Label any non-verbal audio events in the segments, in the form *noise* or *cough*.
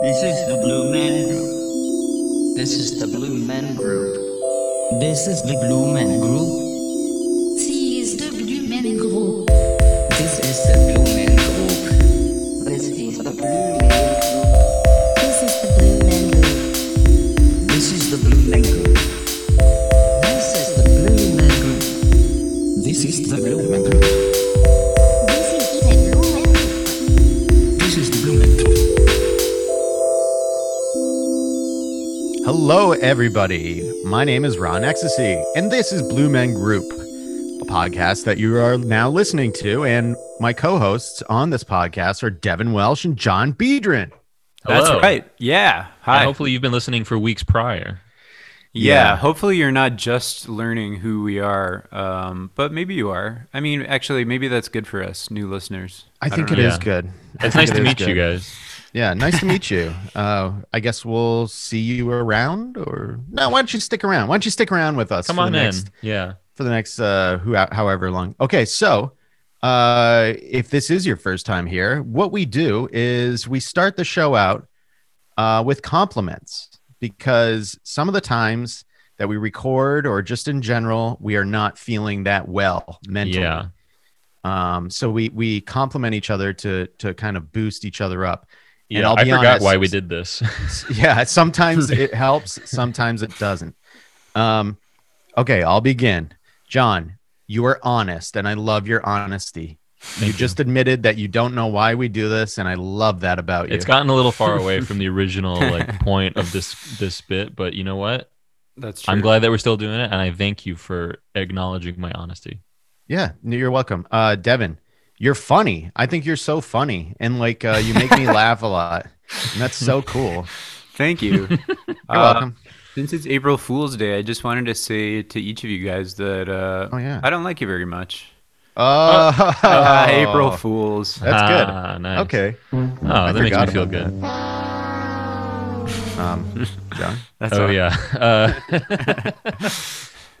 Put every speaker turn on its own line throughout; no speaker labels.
This is the Blue Man Group. This is the Blue Man Group. This is the Blue Man Group.
CSW Men Group.
This is the Blue Man Group. This is the Blue Man Group.
This is the Blue Men Group.
This is the Blue Man Group. This is the Blue Man Group. This is
This is the
the Blue Man Group.
Blue Men Group.
This is the Blue Man Group.
Hello, everybody. My name is Ron Ecstasy, and this is Blue Men Group, a podcast that you are now listening to. And my co hosts on this podcast are Devin Welsh and John Biedron.
That's
Hello.
right. Yeah.
And
Hi.
hopefully you've been listening for weeks prior.
yeah.
Yeah.
Hopefully you're not just learning who we are, um, but maybe you are. I mean, actually, maybe that's good for us, new listeners.
I think
don't
it
know.
is
Yeah.
good. I think
It's nice
*laughs* it
to
is
meet you
good.
guys.
Yeah, nice to
*laughs*
meet you. Uh, I guess we'll see you around, or no? Why don't you stick around? Why don't you stick around with us?
Come
for the
on in.
next-
Yeah.
for the next uh who however long. Okay, so uh if this is your first time here, what we do is we start the show out uh with compliments because some of the times that we record or just in general, we are not feeling that well mentally.
Yeah.
Um so we we compliment each other to to kind of boost each other up. And
Yeah.
I'll
I
be
forgot
honest,
why we
*laughs*
did this.
yeah
*laughs*
sometimes it helps sometimes it doesn't um okay i'll begin john you are honest and i love your honesty you, just admitted that you don't know why we do this and i love that about you
it's gotten a little
*laughs*
far away from the original like point of this this bit, but you know what?
That's true.
I'm glad that we're still doing it and I thank you for acknowledging my honesty.
yeah no, you're welcome uh devin you're funny i think you're so funny and like uh, you make
*laughs*
me laugh a lot and that's so cool
Thank *laughs* you. You're
you're
Uh,
welcome
Since it's April Fool's Day, I just wanted to say to each of you guys that uh,
Oh, yeah.
I don't like you very much.
uh,
Uh, *laughs* April Fools.
That's good.
Ah, nice.
okay
Oh, that makes me
forgot
feel
about
good.
um john
That's
Oh
all.
yeah.
*laughs*
Uh,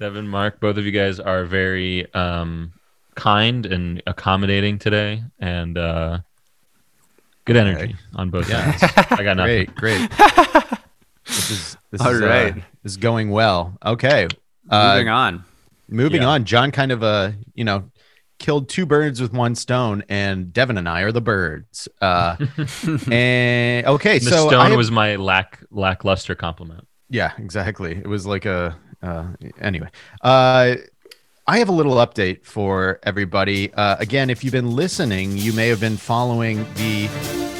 Devin, Mark, both of you guys are very um, kind and accommodating today, and uh, good energy on both
Yeah.
sides.
*laughs*
I got nothing.
Great,
*laughs*
great. this is this
All
is, uh,
right.
this is going well. Okay. Uh,
Moving on.
moving
Yeah.
on, John kind of uh, you know, killed two birds with one stone, and Devin and I are the birds.
*laughs*
Uh, and okay,
The
so I
stone
have-
was my lack lackluster compliment.
yeah, exactly. It was like a uh, anyway. Uh, I have a little update for everybody. Uh, again, if you've been listening, you may have been following the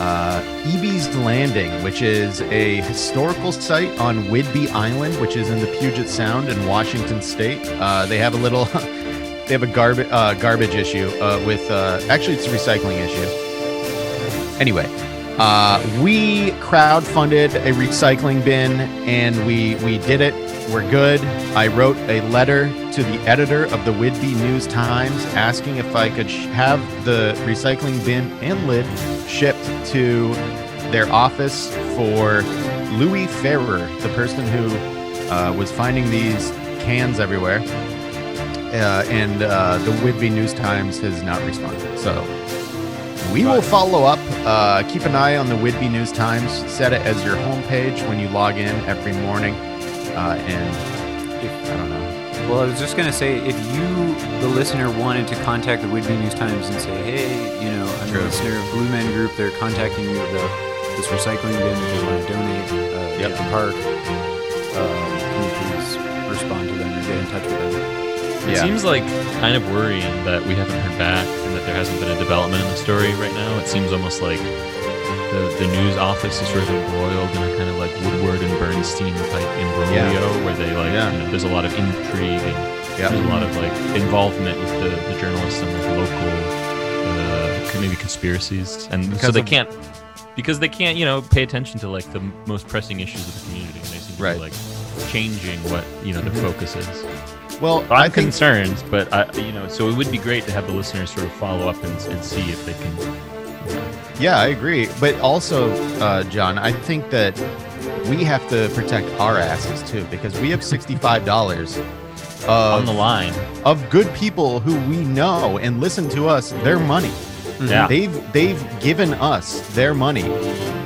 uh, EB's Landing, which is a historical site on Whidbey Island, which is in the Puget Sound in Washington State. Uh, they have a little, *laughs* they have a garbage uh, garbage issue uh, with. Uh, actually, it's a recycling issue. Anyway, uh, we crowdfunded a recycling bin and we we did it. We're good. I wrote a letter to the editor of the Whidbey News Times asking if I could sh- have the recycling bin and lid shipped to their office for Louis Ferrer, the person who uh, was finding these cans everywhere. Uh, and uh, the Whidbey News Times has not responded. So we will follow up. Uh, keep an eye on the Whidbey News Times. Set it as your homepage when you log in every morning. Uh, and
If-
I don't know.
Well, I was just going to say, if you, the listener, wanted to contact the Whitby News Times and say, hey, you know, I'm
True.
a listener of Blue Men Group, they're contacting you about this recycling bin if you want to donate uh,
Yep.
at the park, uh, can you please respond to them or get in touch with them?
It
Yeah.
seems like kind of worrying that we haven't heard back and that there hasn't been a development in the story right now. It seems almost like the, the news office is sort of embroiled in a kind of like Woodward and Bernstein type imbroglio where they like
Yeah.
you know, there's a lot of intrigue and
Yeah.
there's a lot of like involvement with the, the journalists and like local uh, co- maybe conspiracies and so
Because
they
of-
can't because they can't you know pay attention to like the m- most pressing issues of the community and they seem to
Right. Mm-hmm.
be like changing what you know their focus is.
Well,
I'm
I think
concerned, but I, you know, so it would be great to have the listeners sort of follow up and, and see if they can.
yeah, I agree. But also, uh, John, I think that we have to protect our asses too because we have sixty-five dollars
on the
of
line.
of good people who we know and listen to us their money.
Yeah.
They've they've given us their money.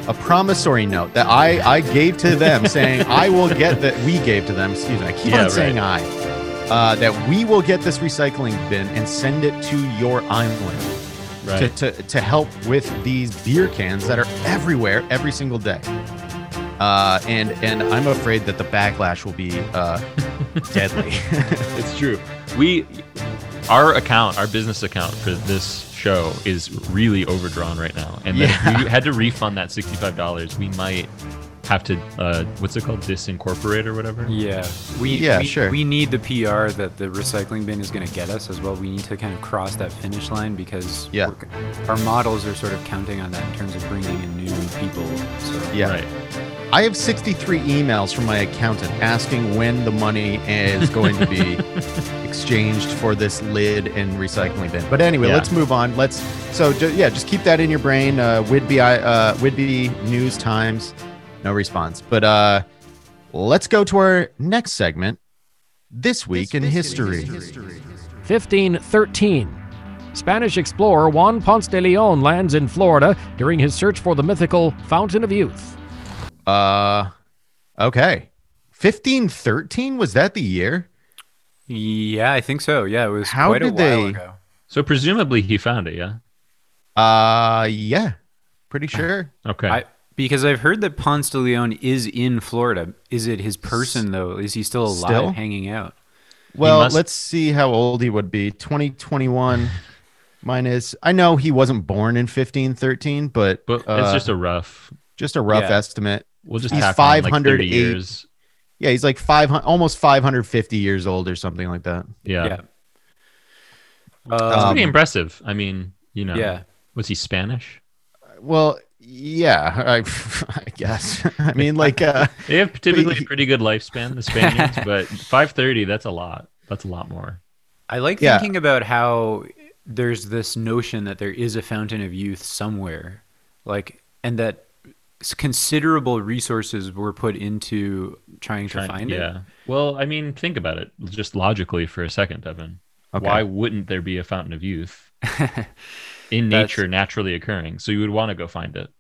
a promissory note that I, I gave to
*laughs*
them saying I will get that we gave to them. Excuse me, I keep
Yeah,
on
right.
saying I. Uh, that we will get this recycling bin and send it to your island to,
Right.
to, to help with these beer cans that are everywhere every single day. Uh, and and I'm afraid that the backlash will be
*laughs*
uh, deadly. *laughs*
It's true. We, our account, our business account for this show is really overdrawn right now, and then if we had to refund that sixty-five dollars, we might have to. Uh, what's it called? Disincorporate or whatever.
Yeah, we
Yeah,
we,
sure.
We need the PR that the recycling bin is going to get us as well. We need to kind of cross that finish line because
Yeah.
we're- our models are sort of counting on that in terms of bringing in new people. So
yeah.
Right.
I have 63 emails from my accountant asking when the money is going to be exchanged for this lid and recycling bin. But anyway,
Yeah.
let's move on. Let's so ju- yeah, just keep that in your brain. Uh, Whidbey I- uh, Whidbey News Times, no response. But uh, let's go to our next segment. This week in history.
1513. Spanish explorer Juan Ponce de Leon lands in Florida during his search for the mythical Fountain of Youth.
Uh, okay, 1513 was that the year?
yeah, I think so. Yeah, it was
How
quite a
did
while
they-
ago.
So presumably he found it. Yeah.
Uh, yeah, pretty sure.
Okay.
I, because I've heard that Ponce de Leon is in Florida. Is it his person though? Is he still alive,
Still?
hanging out?
Well,
must-
let's see how old he would be. 2021 *laughs* minus. I know he wasn't born in 1513, but,
but
uh,
it's just a rough.
just a rough
yeah.
estimate.
We'll just
he's
tack on, like, 30
508.
years.
Yeah, he's like 500, almost 550 years old or something like that.
Yeah.
Yeah.
That's
Um,
pretty impressive. I mean, you know.
yeah.
Was he Spanish?
Well, yeah, *laughs* I, I guess. I mean, like, uh,
They have typically
he-
a pretty good lifespan, the *laughs* Spaniards, but 530, that's a lot. That's a lot more.
I like
Yeah.
thinking about how there's this notion that there is a fountain of youth somewhere, like, and that s- considerable resources were put into trying to find it.
yeah. Well, I mean, think about it just logically for a second, Evan.
Okay.
Why wouldn't there be a fountain
*laughs*
of youth in
That's-
nature naturally occurring? So you would want to go find it.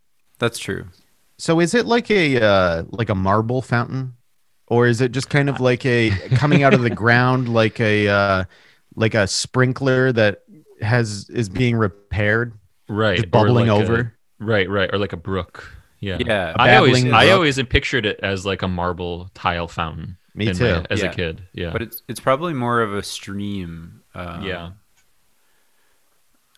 That's true.
*laughs* so is it like a uh, like a marble fountain, or is it just kind of like a coming out of the ground, *laughs* like a uh, like a sprinkler that has is being repaired?
Right.
Just
or
bubbling
like a-
over?
right, right. Or like a brook. Yeah.
Yeah.
I always,
babbling
I
brook.
always pictured it as like a marble tile fountain.
Me
in my-
too.
as
Yeah.
a kid. Yeah.
But it's it's probably more of a stream. Um,
yeah.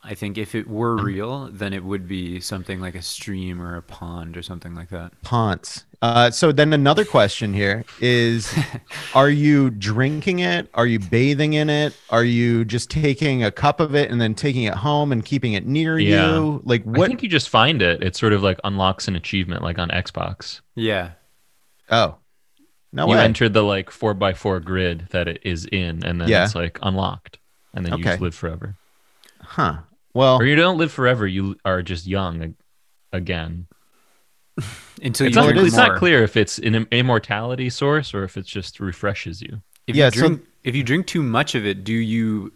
I think if it were real, then it would be something like a stream or a pond or something like that.
Ponce. Uh, so then another question here
*laughs*
is are you drinking it? Are you bathing in it? Are you just taking a cup of it and then taking it home and keeping it near
Yeah.
you? Like
I
what
think you just find it. It sort of like unlocks an achievement, like on Xbox.
Yeah.
oh. No
you
way.
enter the like four by four grid that it is in, and then
Yeah.
it's like unlocked, and then you
Okay. Oh.
just live forever.
huh. Well
Or you don't live forever; you are just young ag- again.
Until
It's,
you
not,
drink
it's not
more.
clear if it's an im- immortality source or if it just refreshes you.
If
Yeah,
you
so-
drink, if you drink too much of it, do you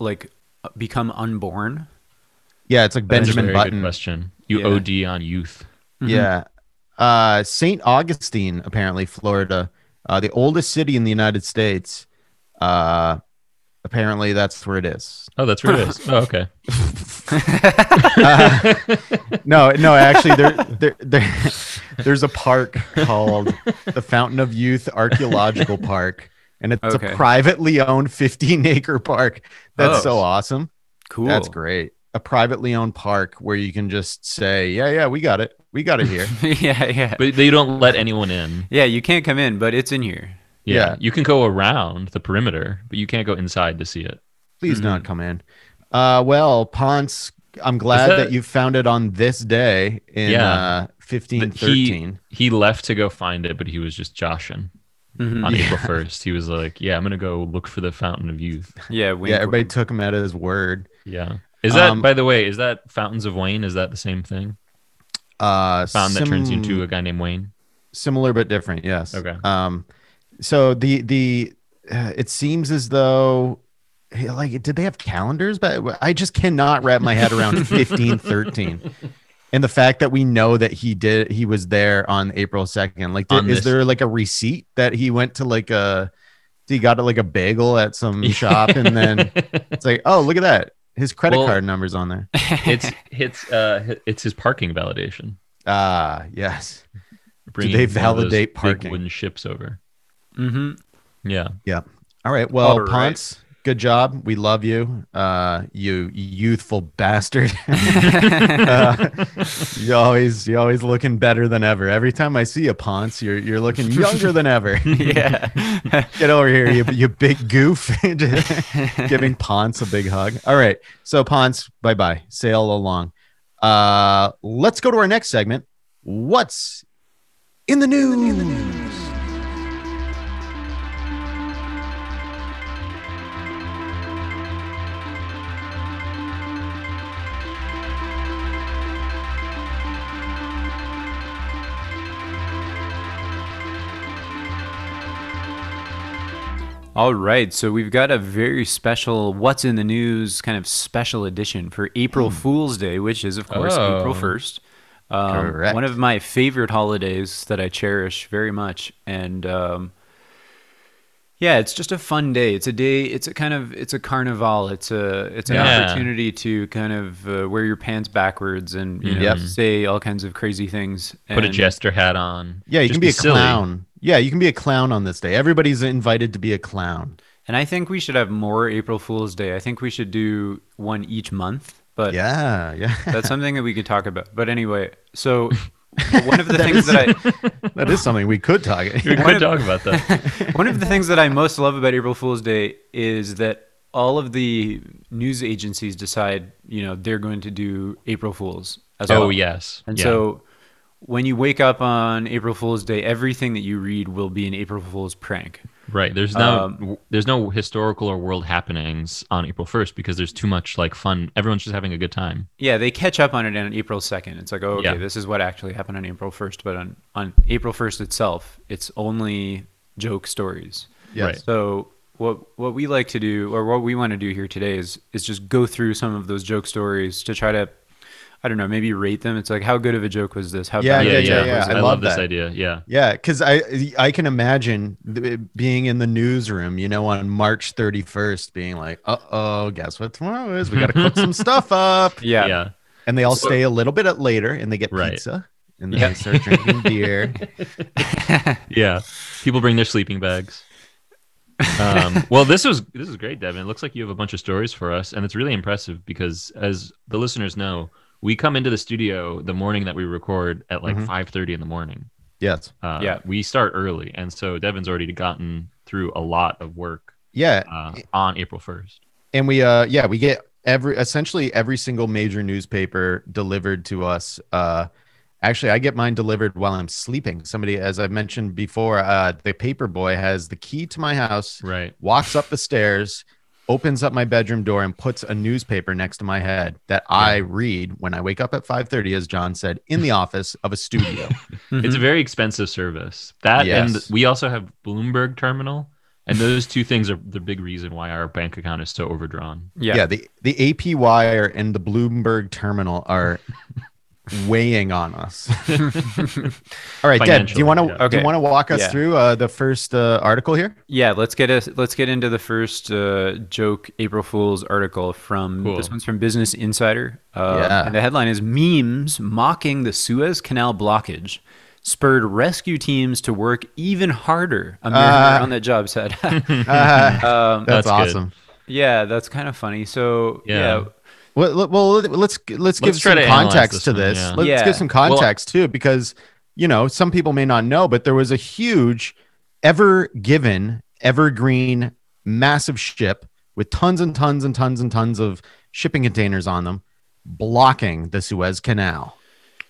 like become unborn?
yeah, it's like
That's a
Benjamin
very good
Button.
question. Mm-hmm. You
Yeah.
OD on youth.
Yeah. Uh, St. Augustine, apparently, Florida, uh, the oldest city in the United States. Uh, apparently, that's where it is.
Oh, that's where it
*laughs*
is. Oh, okay.
No, no, actually, there, there, there, there's a park called the Fountain of Youth Archaeological Park, and it's a
Okay.
privately owned 15 acre park. That's
Oh.
so awesome.
Cool.
That's great. A privately owned park where you can just say, yeah, yeah, we got it. We got it here.
*laughs* yeah, yeah.
But they don't let anyone in.
yeah, you can't come in, but it's in here.
Yeah.
Yeah.
You can go around the perimeter, but you can't go inside to see it.
Please
Hmm.
not come in. Uh, well, Ponce, I'm glad that,
that-
you found it on this day in
Yeah.
uh,
But
1513.
He, he left to go find it, but he was just joshing.
Mhm.
Uh,
on April 1st. He was like, Yeah, I'm going to go look for the Fountain of Youth.
Yeah, wink,
yeah, everybody
wink.
took him at his word.
Yeah. Is that,
Um,
by the way, is that Fountains of Wayne? Is that the same thing?
Uh,
Fountain that turns you
sim-
into a guy named
*laughs*
Wayne?
similar but different yes
Okay.
um so the the uh, it seems as though
*laughs*
like did they have calendars but i just cannot wrap my head around 1513 and the fact that we know that he did he was there on April 2nd. Like there,
On
is
this-
there like a receipt that he went to like a he got like a bagel at some shop and
*laughs*
then it's like, "Oh, look at that. His credit
Well-
card number's on there."
it's it's uh it's his parking validation.
Ah, yes.
Bringing
they
one of those
validate
big
parking?
wooden ships over.
mm-hmm.
Yeah.
All right. Well,
All right.
Ponce, good job. We love you. Uh, you youthful *laughs* bastard. Uh, you always you always looking better than ever. Every time I see you, Ponce, you're you're looking younger than ever.
*laughs*
*laughs*
yeah.
Get over here, you you big goof. *laughs*
*laughs*
Giving Ponce a big hug. All right. So Ponce, bye bye. Sail along. Uh, let's go to our next segment. What's in the news?
All right, so we've got a very special "What's in the News" kind of special edition for April Fool's Day, which is, of course,
Hmm. Oh.
April first. Um,
Correct.
One of my favorite holidays that I cherish very much, and um, yeah, it's just a fun day. It's a day. It's a kind of it's a carnival. It's a it's an
Yeah.
opportunity to kind of uh, wear your pants backwards and you know,
Yep.
say all kinds of crazy things.
Put a
and-
jester hat on.
Yeah, you
Just
can be, a
silly.
clown. Yeah, you can be a clown on this day. Everybody's invited to be a clown.
And I think we should have more April Fool's Day. I think we should do one each month. But
Yeah, yeah. *laughs*
that's something that we could talk about. But anyway, so one of the things that
that is something we could talk. *laughs*
We could talk about that.
I one of the things that I most love about April Fool's Day is that all of the news agencies decide, you know, they're going to do April Fools as well.
oh yes.
And
Yeah.
so when you wake up on April Fool's Day, everything that you read will be an April Fool's prank.
Right. There's no
Um,
w- there's no historical or world happenings on April 1st because there's too much like fun. Everyone's just having a good time.
Yeah, they catch up on it on April 2nd. It's like, oh, okay,
Yeah.
this is what actually happened on April 1st. But on, on April 1st itself, it's only joke stories.
Yes.
Right.
So what what we like to do, or what we want to do here today, is is just go through some of those joke stories to try to, I don't know, maybe rate them. It's like how good of a joke was this? How
Yeah,
bad of
yeah,
a
yeah.
joke
yeah,
was
I
I,
it?
love,
love
this
that.
idea. Yeah.
Yeah, because I I can imagine th- being in the newsroom, you know, on March 31st, being like, uh oh, guess what tomorrow is? We got to cook
*laughs*
some stuff up.
Yeah.
Yeah.
And they all stay a little bit at later and they get
Right.
pizza and then they start drinking
*laughs*
beer.
Yeah. People bring their sleeping bags. um, well, this was this is great, Devin. It looks like you have a bunch of stories for us, and it's really impressive because, as the listeners know, we come into the studio the morning that we record at like
Mhm.
five thirty in the morning.
Yes.
Uh,
Yeah.
we start early, and so Devin's already gotten through a lot of work
Yeah.
uh, on April first.
and we uh yeah we get every essentially every single major newspaper delivered to us uh actually i get mine delivered while i'm sleeping somebody as i mentioned before uh the paper boy has the key to my house
Right.
walks up the stairs opens up my bedroom door and puts a newspaper next to my head that i read when i wake up at 5.30 as john said in the office of a studio
It's
Mm-hmm.
a very expensive service. That
Yes.
and we also have Bloomberg Terminal, and those two things are the big reason why our bank account is so overdrawn.
Yeah.
yeah the, the ap wire and the bloomberg terminal
*laughs*
are weighing on us all right deb do you
Financially,
want to
yeah.
do you
Okay.
want to walk us
Yeah.
through uh, the first uh, article here
Yeah, let's get us let's get into the first uh, joke April Fool's article from
Cool.
this one's from Business Insider. Uh,
Yeah.
and the headline is memes mocking the Suez Canal blockage spurred rescue teams to work even harder. A mariner
Uh.
on that job said.
Uh,
*laughs* um,
*laughs* that's,
That's good.
awesome
yeah, that's kind of funny. So yeah,
Yeah.
well, let- well let's let's give
try
some
to analyze
context
this
to
one,
this
yeah.
let's
Yeah.
give some
Well-
context too because you know some people may not know but there was a huge ever given evergreen massive ship with tons and tons and tons and tons of shipping containers on them blocking the suez canal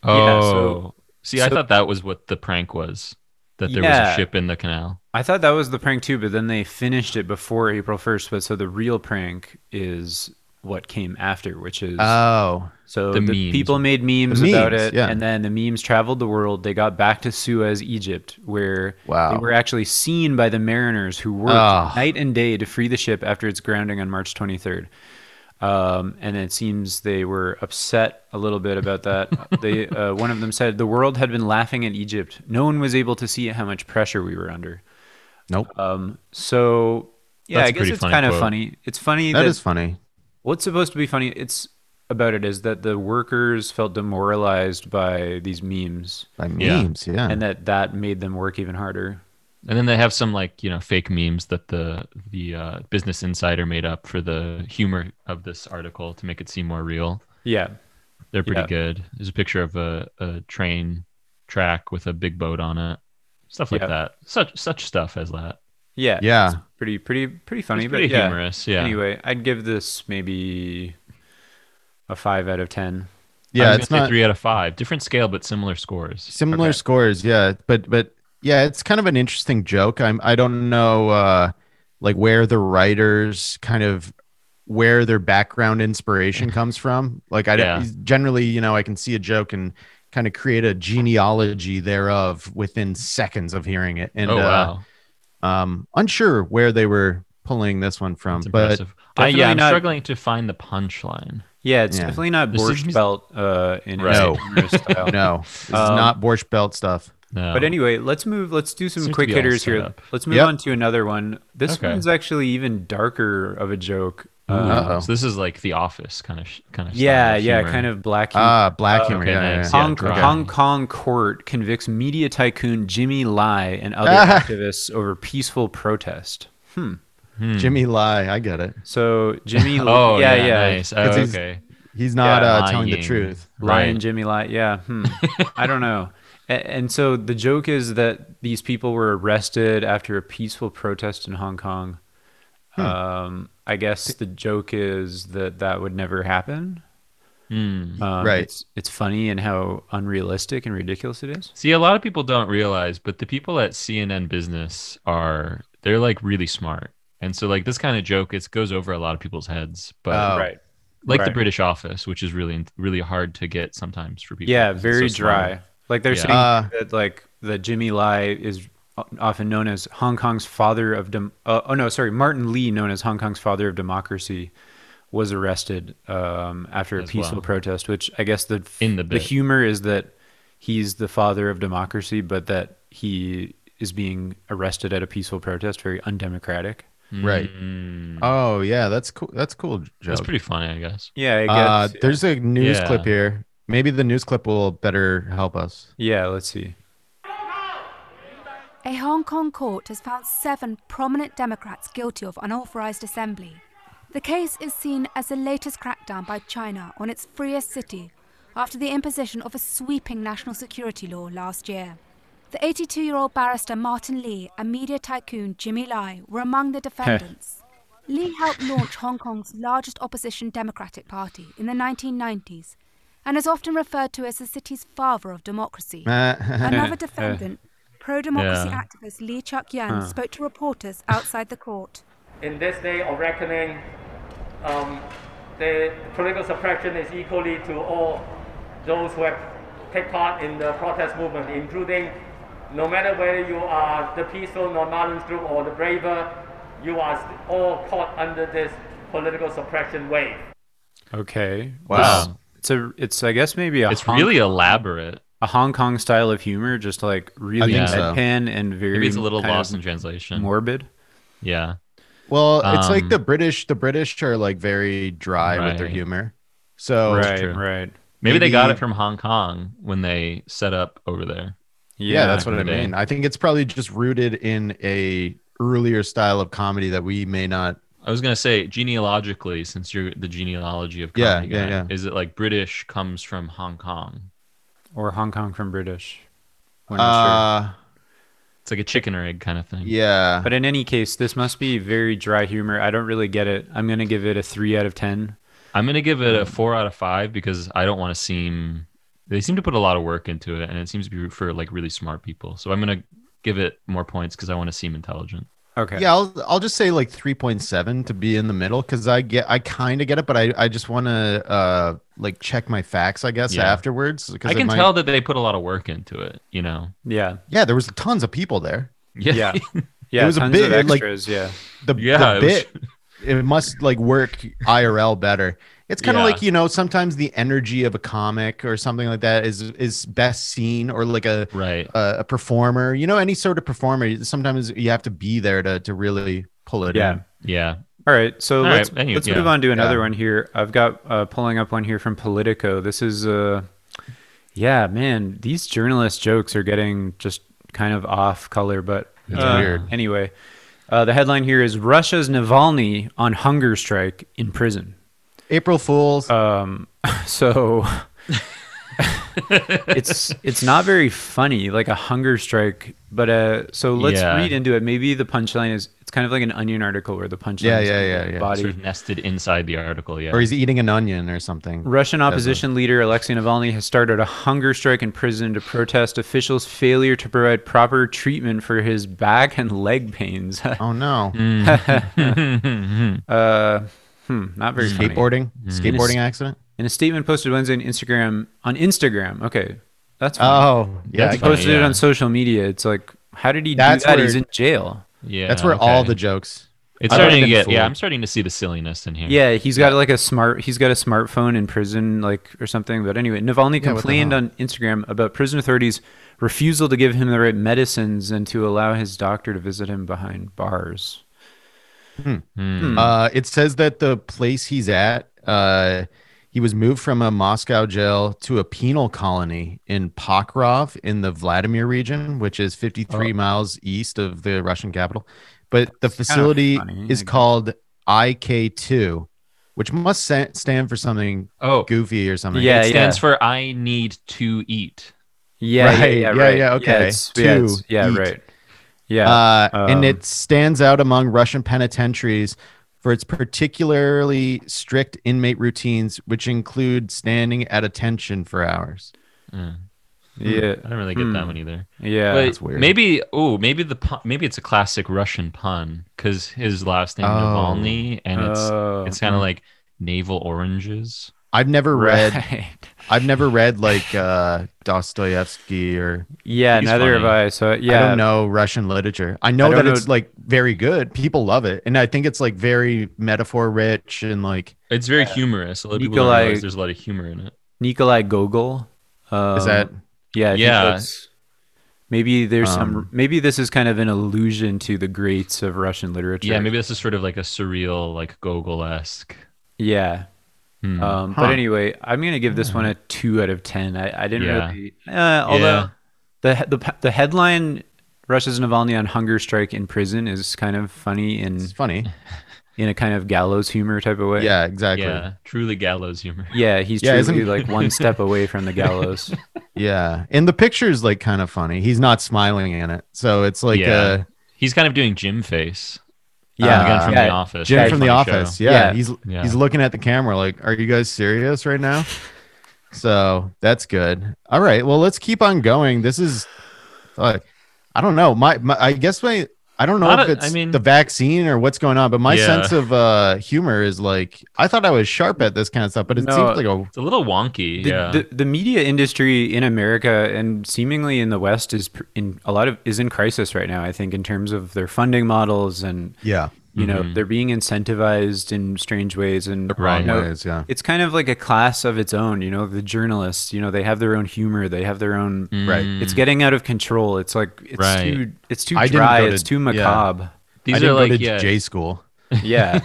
Yeah, so-
see, I
Oh. so-
thought that was what the prank was. That there was
Yeah.
a ship in the canal.
I thought that was the prank too, but then they finished it before April first. But so the real prank is what came after, which is
Oh,
So
The
the,
memes.
people made memes,
The
about
memes,
it,
yeah.
and then the memes traveled the world. They got back to Suez, Egypt, where
Wow.
they were actually seen by the mariners who worked
Ah.
night and day to free the ship after its grounding on March 23rd. Um, and it seems they were upset a little bit
*laughs*
about that. they, uh, one of them said, The world had been laughing at Egypt. No one was able to see how much pressure we were under.
Nope.
Um, so, yeah,
That's
I
a
guess
pretty
it's
funny
kind of
quote.
funny. It's funny
that
that
is funny.
what's supposed to be funny it's about it is that the workers felt demoralized by these memes
By
Yeah.
memes, yeah.
and that that made them work even harder
And then they have some like you know fake memes that the the uh, Business Insider made up for the humor of this article to make it seem more real.
yeah
They're pretty
Yeah.
good. There's a picture of a, a train track with a big boat on it, stuff like
Yeah.
that. Such such stuff as that.
yeah
yeah.
pretty pretty pretty funny
It's pretty
but yeah.
humorous. Yeah.
anyway i'd give this maybe a five out of ten
Yeah,
I'm
it's
gonna say
not
three out of five. Different scale, but similar scores.
similar
Okay.
scores, yeah. But but yeah, it's kind of an interesting joke. I'm I don't know uh like where the writers kind of where their background inspiration comes from. Like I
Mm-hmm. Yeah.
don't generally, you know, I can see a joke and kind of create a genealogy thereof within seconds of hearing it. And
oh
uh,
wow,
um unsure where they were pulling this one from.
that's
But
impressive. I, yeah,
definitely
I'm
not-
struggling to find the punchline.
yeah it's
Yeah.
definitely not
This
borscht
seems-
belt uh in its
No. *laughs*
humorous style.
*laughs* no, it's
Um,
not Borscht Belt stuff.
No.
But anyway, let's move. Let's do some
Seems to
quick
be all
hitters
set
here.
up.
Let's move
Yep.
on to another one. This
Okay.
one's actually even darker of a joke.
Ooh,
Uh,
Uh-oh.
so this is like the office kind of sh- kind of.
yeah, yeah, kind of black. humor.
Ah, black
Oh,
humor.
okay,
yeah, yeah,
nice.
yeah.
Hong,
dry.
Hong Kong court convicts media tycoon Jimmy Lai and other
Ah.
activists over peaceful protest. Hmm.
Jimmy Lie, I get it.
So Jimmy,
Oh
yeah,
yeah,
yeah,
nice. Oh,
'Cause he's-
okay.
He's not
Yeah,
uh, telling the
lying.
truth.
Lai and
Right.
Jimmy Lai.
*laughs*
Yeah, hmm. I don't know. And, and so the joke is that these people were arrested after a peaceful protest in Hong Kong. Um, I guess the joke is that that would never happen.
Hmm.
Um,
Right.
It's, it's funny and how unrealistic and ridiculous it is.
See, a lot of people don't realize, but the people at CNN Business are they're like really smart, and so like this kind of joke, it goes over a lot of people's heads. But
Oh.
Right.
like the
right.
British Office, which is really really hard to get sometimes for people.
Yeah,
It's
very
so small.
dry. Like they're
Yeah.
saying
Uh,
that like that Jimmy Lai is o- often known as Hong Kong's father of dem- uh, oh no sorry Martin Lee known as Hong Kong's father of democracy was arrested um, after a
As
peaceful
well.
protest which I guess the
In the
the
bit.
humor is that he's the father of democracy but that he is being arrested at a peaceful protest very undemocratic.
Right.
Mm.
Oh yeah, that's cool. That's cool joke.
That's pretty funny, I guess.
Yeah,
uh,
I guess. yeah.
There's a news
Yeah.
clip here. Maybe the news clip will better help us. *laughs*
yeah, let's see.
A Hong Kong court has found seven prominent Democrats guilty of unauthorized assembly. The case is seen as the latest crackdown by China on its freest city after the imposition of a sweeping national security law last year. The 82 year old barrister Martin Lee and media tycoon Jimmy Lai were among the defendants. Lee helped launch Hong Kong's largest opposition Democratic Party in the 1990s and is often referred to as the city's father of democracy. Another defendant, pro democracy
Yeah.
activist Lee Chuk Yan, spoke to reporters outside the court.
in this day of reckoning, um, the political suppression is equally to all those who have take part in the protest movement, including no matter whether you are the peaceful non-violence group or the braver, you are st- all caught under this political suppression wave.
Okay.
Wow.
This- It's a it's I guess maybe a
It's
Hong
really elaborate.
a Hong Kong style of humor, just like really
think
so.
deadpan and very
Maybe it's a little
kind
lost in
of
translation.
morbid.
Yeah.
well, it's like
Um,
the British. The British are like very dry with their
Right.
humor. So
right,
true.
right.
Maybe, they got
Maybe-
it from Hong Kong when they set up over there.
yeah, that's what I
in the day.
mean. I think it's probably just rooted in a earlier style of comedy that we may not.
I was gonna say genealogically, since you're the genealogy of
Yeah,
comedy
yeah,
guy,
yeah.
is it like British comes from Hong Kong?
Or Hong Kong from British. We're not sure.
Uh,
It's like a chicken or egg kind of thing.
yeah.
But in any case, this must be very dry humor. I don't really get it. I'm gonna give it a three out of ten.
I'm gonna give it a four out of five because I don't want to seem. They seem to put a lot of work into it, and it seems to be for like really smart people. So I'm gonna give it more points because I want to seem intelligent.
Okay.
Yeah, I'll, I'll just say like 3.7 to be in the middle because I get I kind of get it, but I, I just want to uh like check my facts I guess
Yeah.
afterwards because
I
it
can
might-
tell that they put a lot of work into it. You know.
Yeah.
Yeah, there was tons of people there.
Yeah. Yeah.
was a
tons
bit,
of
like-
extras, yeah.
The, the
Yeah, it was-
bit it must like work IRL better. It's kind of
Yeah.
like you know sometimes the energy of a comic or something like that is is best seen or like a
Right.
a, a performer. You know any sort of performer. Sometimes you have to be there to to really pull it
Yeah.
in.
Yeah.
All right, so
All
let's
right, anyway,
let's
yeah.
move on to another
Yeah.
one here. I've got uh, pulling up one here from Politico. This is, uh, yeah, man, these journalist jokes are getting just kind of off color, but
It's
uh,
weird.
Anyway, uh, the headline here is Russia's Navalny on hunger strike in prison.
April Fools.
Uh,
Um,
*laughs*
so it's it's not very funny, like a hunger strike. But uh, so let's
Yeah.
read into it. Maybe the punchline is it's kind of like an onion article where the punchline
Yeah,
is
yeah,
in
yeah,
the
yeah.
body.
Sort of nested inside the article. Yeah.
or he's eating an onion or something.
Russian
That's
opposition leader Alexei Navalny has started a hunger strike in prison to protest officials' failure to provide proper treatment for his back and leg pains. *laughs*
Oh no!
Hmm.
uh, hmm, not very funny.
Skateboarding,
Hmm.
skateboarding accident.
In a statement posted Wednesday on Instagram, on Instagram, okay, that's funny.
Oh yeah,
Hmm. That's
He
funny,
posted it
yeah.
on social media. It's like, how did he
That's
do that?
where-
He's in jail.
yeah.
that's where all
okay.
the jokes.
It's
I've
starting
already
to
been
get. Yeah,
fooled.
I'm starting to see the silliness in here.
Yeah, he's got like a smart. He's got a smartphone in prison, like or something. But anyway, Navalny
Yeah, what the
complained
hell?
on Instagram about prison authorities' refusal to give him the right medicines and to allow his doctor to visit him behind bars.
Hmm.
Uh, it says that the place he's at, uh, he was moved from a Moscow jail to a penal colony in Pokrov in the Vladimir region, which is 53
Oh.
miles east of the Russian capital. But the facility
funny, I
is
guess.
called IK2, which must sa- stand for something
Oh,
goofy or something.
Yeah,
it
yeah.
stands for I need to eat.
Yeah,
Right,
yeah,
yeah,
right.
yeah, okay.
it's- yeah,
To
it's- yeah,
eat.
right. Yeah,
uh, and
um,
it stands out among Russian penitentiaries for its particularly strict inmate routines, which include standing at attention for hours.
yeah,
I don't really get that
Hmm.
one either.
yeah.
but
that's weird.
maybe oh maybe the pun, maybe it's a classic Russian pun because his last name
Oh.
Navalny and it's
Oh.
it's kind of like navel oranges.
I've never read.
Right.
I've never read like uh, Dostoevsky or
Yeah,
He's
neither have
funny.
I. So
I
yeah,
don't know Russian literature. I know
I
that
don't
it's
know-
like very good. People love it, and I think it's like very metaphor rich and like
*laughs* It's very humorous. A lot of people don't
Nikolai-
realize there's a lot of humor in it.
Nikolai Gogol. Um,
is that
Yeah, I think
Yeah.
that's- Maybe there's
Um,
some. Maybe this is kind of an allusion to the greats of Russian literature.
Yeah, maybe this is sort of like a surreal, like Gogol esque.
Yeah.
Hmm.
Um,
Huh.
But anyway, I'm gonna give this one a two out of ten. I, I didn't
Yeah.
really. Uh, although
Yeah.
the the the headline "Russia's Navalny on hunger strike in prison" is kind of funny in
it's funny?
in a kind of gallows humor type of way.
Yeah, exactly.
yeah, truly gallows humor.
Yeah, he's
Yeah,
truly
isn't-
like
*laughs*
one step away from the gallows.
Yeah, and the picture's like kind of funny. He's not smiling in it, so it's like
Yeah.
uh,
He's kind of doing Jim face.
Yeah,
the guy Uh, from
yeah,
the office.
Jim
Very
from the
funny
office.
show.
Yeah,
Yeah.
he's
Yeah.
he's looking at the camera like, "Are you guys serious right
*laughs*
now?" so that's good. All right, well, let's keep on going. This is, uh, I don't know. My, my I guess my I don't know
Not
if
a-
it's
I mean-
the vaccine or what's going on, but my
Yeah.
sense of uh, humor is like I thought I was sharp at this kind of stuff, but it
No,
seems like a
It's a little wonky.
the,
yeah.
the, the media industry in America and seemingly in the West is pr- in a lot of is in crisis right now. I think in terms of their funding models and
yeah,
you know they're being incentivized in strange ways and
Right.
Mm-hmm. wrong
you know,
ways. Yeah,
it's kind of like a class of its own. You know the journalists. You know they have their own humor. They have their own.
Mm.
right.
It's getting out of control. It's like it's
Right.
too it's too
Mm-hmm. I didn't
dry.
go to-
It's too
yeah. *laughs*
macabre.
These
I
are
didn't go
like
to
yeah,
J school.
Yeah.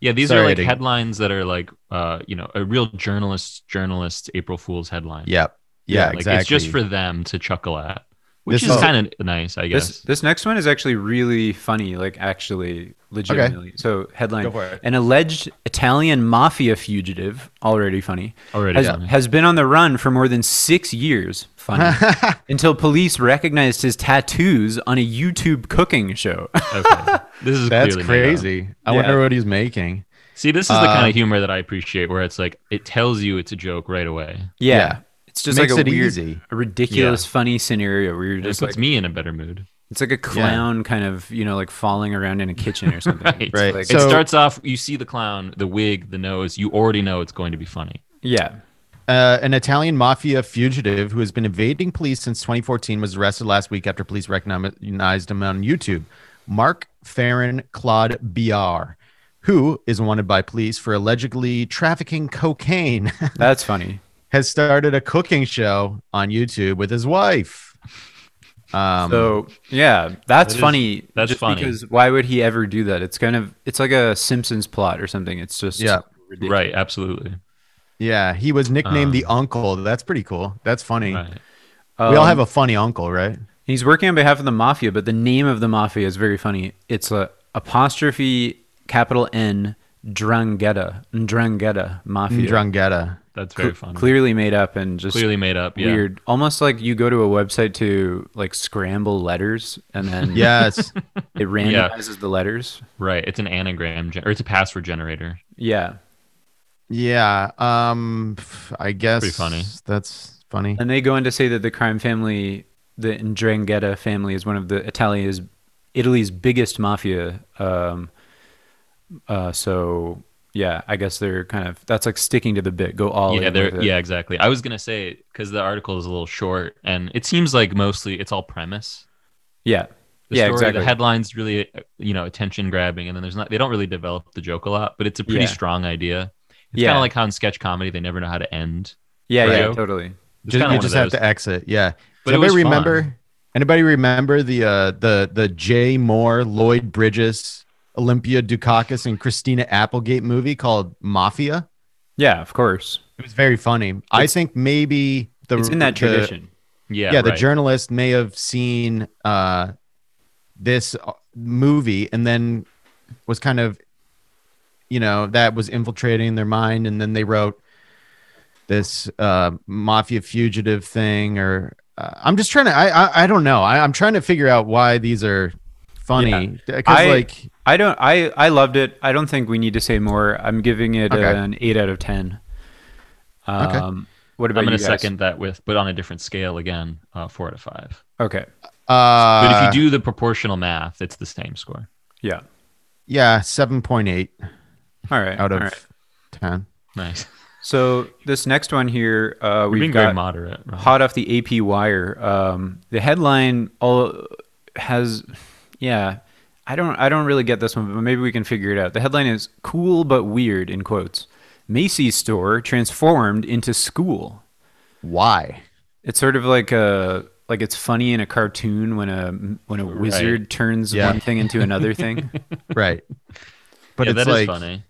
yeah. These
Sorry,
are
I
like
didn't-
headlines that are like uh, you know a real journalist journalist April Fool's headline.
Yep. Yeah,
like,
exactly.
It's just for them to chuckle at, which
This
is
is-
kind of nice, I guess.
This this next one is actually really funny, like actually legitimately. So headline: An alleged Italian mafia fugitive, already funny,
Already
has,
funny.
has been on the run for more than six years.
*laughs*
Funny until police recognized his tattoos on a YouTube cooking show. *laughs*
*laughs*
okay. This is
That's
clearly made up.
crazy. Um, I wonder what he's making.
See, this is the kind of humor that I appreciate, where it's like it tells you it's a joke right away.
yeah.
Yeah.
It's just
Makes
like a
it
weird,
easy.
a ridiculous, funny scenario where you're
It
just
puts
like,
me in a better mood.
it's like a clown kind of, you know, like falling around in a kitchen or something.
*laughs*
It's
Right.
like-
it
So-
starts off. You see the clown, the wig, the nose. You already know it's going to be funny.
yeah.
Uh, an Italian mafia fugitive who has been evading police since 2014 was arrested last week after police recognized him on YouTube. Mark Farron Claude Biar, who is wanted by police for allegedly trafficking cocaine, *laughs*
That's funny.
has started a cooking show on YouTube with his wife. Um,
So yeah, that's
That is-
funny.
that's
just
funny.
Because why would he ever do that? It's kind of it's like a Simpsons plot or something. It's just
Yeah.
ridiculous.
Right, absolutely.
yeah, he was nicknamed
Um,
the uncle. That's pretty cool. That's funny.
Right.
we all
Um,
have a funny uncle, right?
He's working on behalf of the mafia, but the name of the mafia is very funny. It's a apostrophe capital N Drangheta Drangheta mafia.
Drangheta.
That's
Cl-
very funny.
Clearly made up and just
Clearly made up. Yeah.
weird. Almost like you go to a website to like scramble letters and
*laughs*
then
Yes.
it randomizes the letters.
Right. It's an anagram gen- or it's a password generator.
Yeah.
yeah. Um, I guess
Pretty funny.
That's funny.
And they go on to say that the crime family, the Ndrangheta family, is one of the Italia's Italy's biggest mafia. Um, uh, so yeah, I guess they're kind of that's like sticking to the bit. Go all
yeah,
in.
they're
with it.
yeah, exactly. I was gonna say because the article is a little short, and it seems like mostly it's all premise.
yeah,
The
yeah,
story,
exactly.
The headlines really, uh, you know, attention grabbing, and then there's not. They don't really develop the joke a lot, but it's a pretty
Yeah.
strong idea. It's
Yeah.
kind of like how in sketch comedy they never know how to end.
yeah, yeah,
Right.
totally.
It's
Ju-
kinda
you
one of
just have
those.
to exit. Yeah.
But
Does
it was
anybody remember?
fun.
Anybody remember the uh, the the Jay Moore, Lloyd Bridges, Olympia Dukakis, and Christina Applegate movie called Mafia?
Yeah, of course.
It was very funny. I think maybe the
It's in that
the-
tradition.
Yeah,
yeah, the
right.
journalist may have seen uh, this uh, movie and then was kind of, you know, that was infiltrating their mind, and then they wrote this uh, mafia fugitive thing. Or uh, I'm just trying to, I, I, I don't know. I, I'm trying to figure out why these are funny because
I-
like
I don't. I I loved it. I don't think we need to say more. I'm giving it
Okay.
an eight out of ten. Um, What about
I'm
you
gonna
guys?
second that with, but on a different scale again, uh, four out of five.
Okay.
uh,
But if you do the proportional math, it's the same score.
Yeah.
yeah, seven point eight
All right.
out of
all right.
ten.
Nice.
So this next one here, uh,
We're
we've
being very
got
moderate. Rob.
hot off the AP wire. Um, the headline all has, yeah, I don't, I don't really get this one, but maybe we can figure it out. The headline is "Cool but Weird" in quotes. Macy's store transformed into school.
Why?
It's sort of like a, like it's funny in a cartoon when a when a wizard turns
Yeah.
one thing into another
*laughs*
thing.
Right. But
yeah,
it's
that is
like
funny.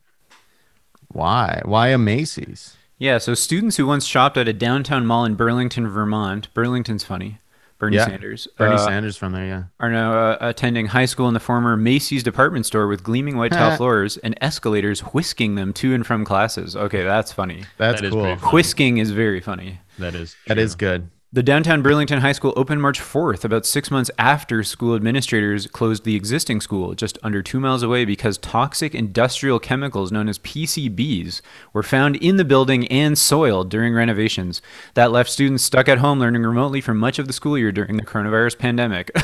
Why? Why a Macy's?
Yeah, so students who once shopped at a downtown mall in Burlington, Vermont, Burlington's funny, Bernie
Yeah,
Sanders,
Bernie
uh,
Sanders from there, yeah.
are now uh, attending high school in the former Macy's department store with gleaming white tile floors and escalators whisking them to and from classes. Okay, that's funny.
That's
That is
cool.
pretty funny.
Whisking is very funny.
That is.
That is
true.
good.
The downtown Burlington High School opened March 4th, about six months after school administrators closed the existing school just under two miles away because toxic industrial chemicals known as PCBs were found in the building and soil during renovations. That left students stuck at home learning remotely for much of the school year during the coronavirus pandemic. *laughs*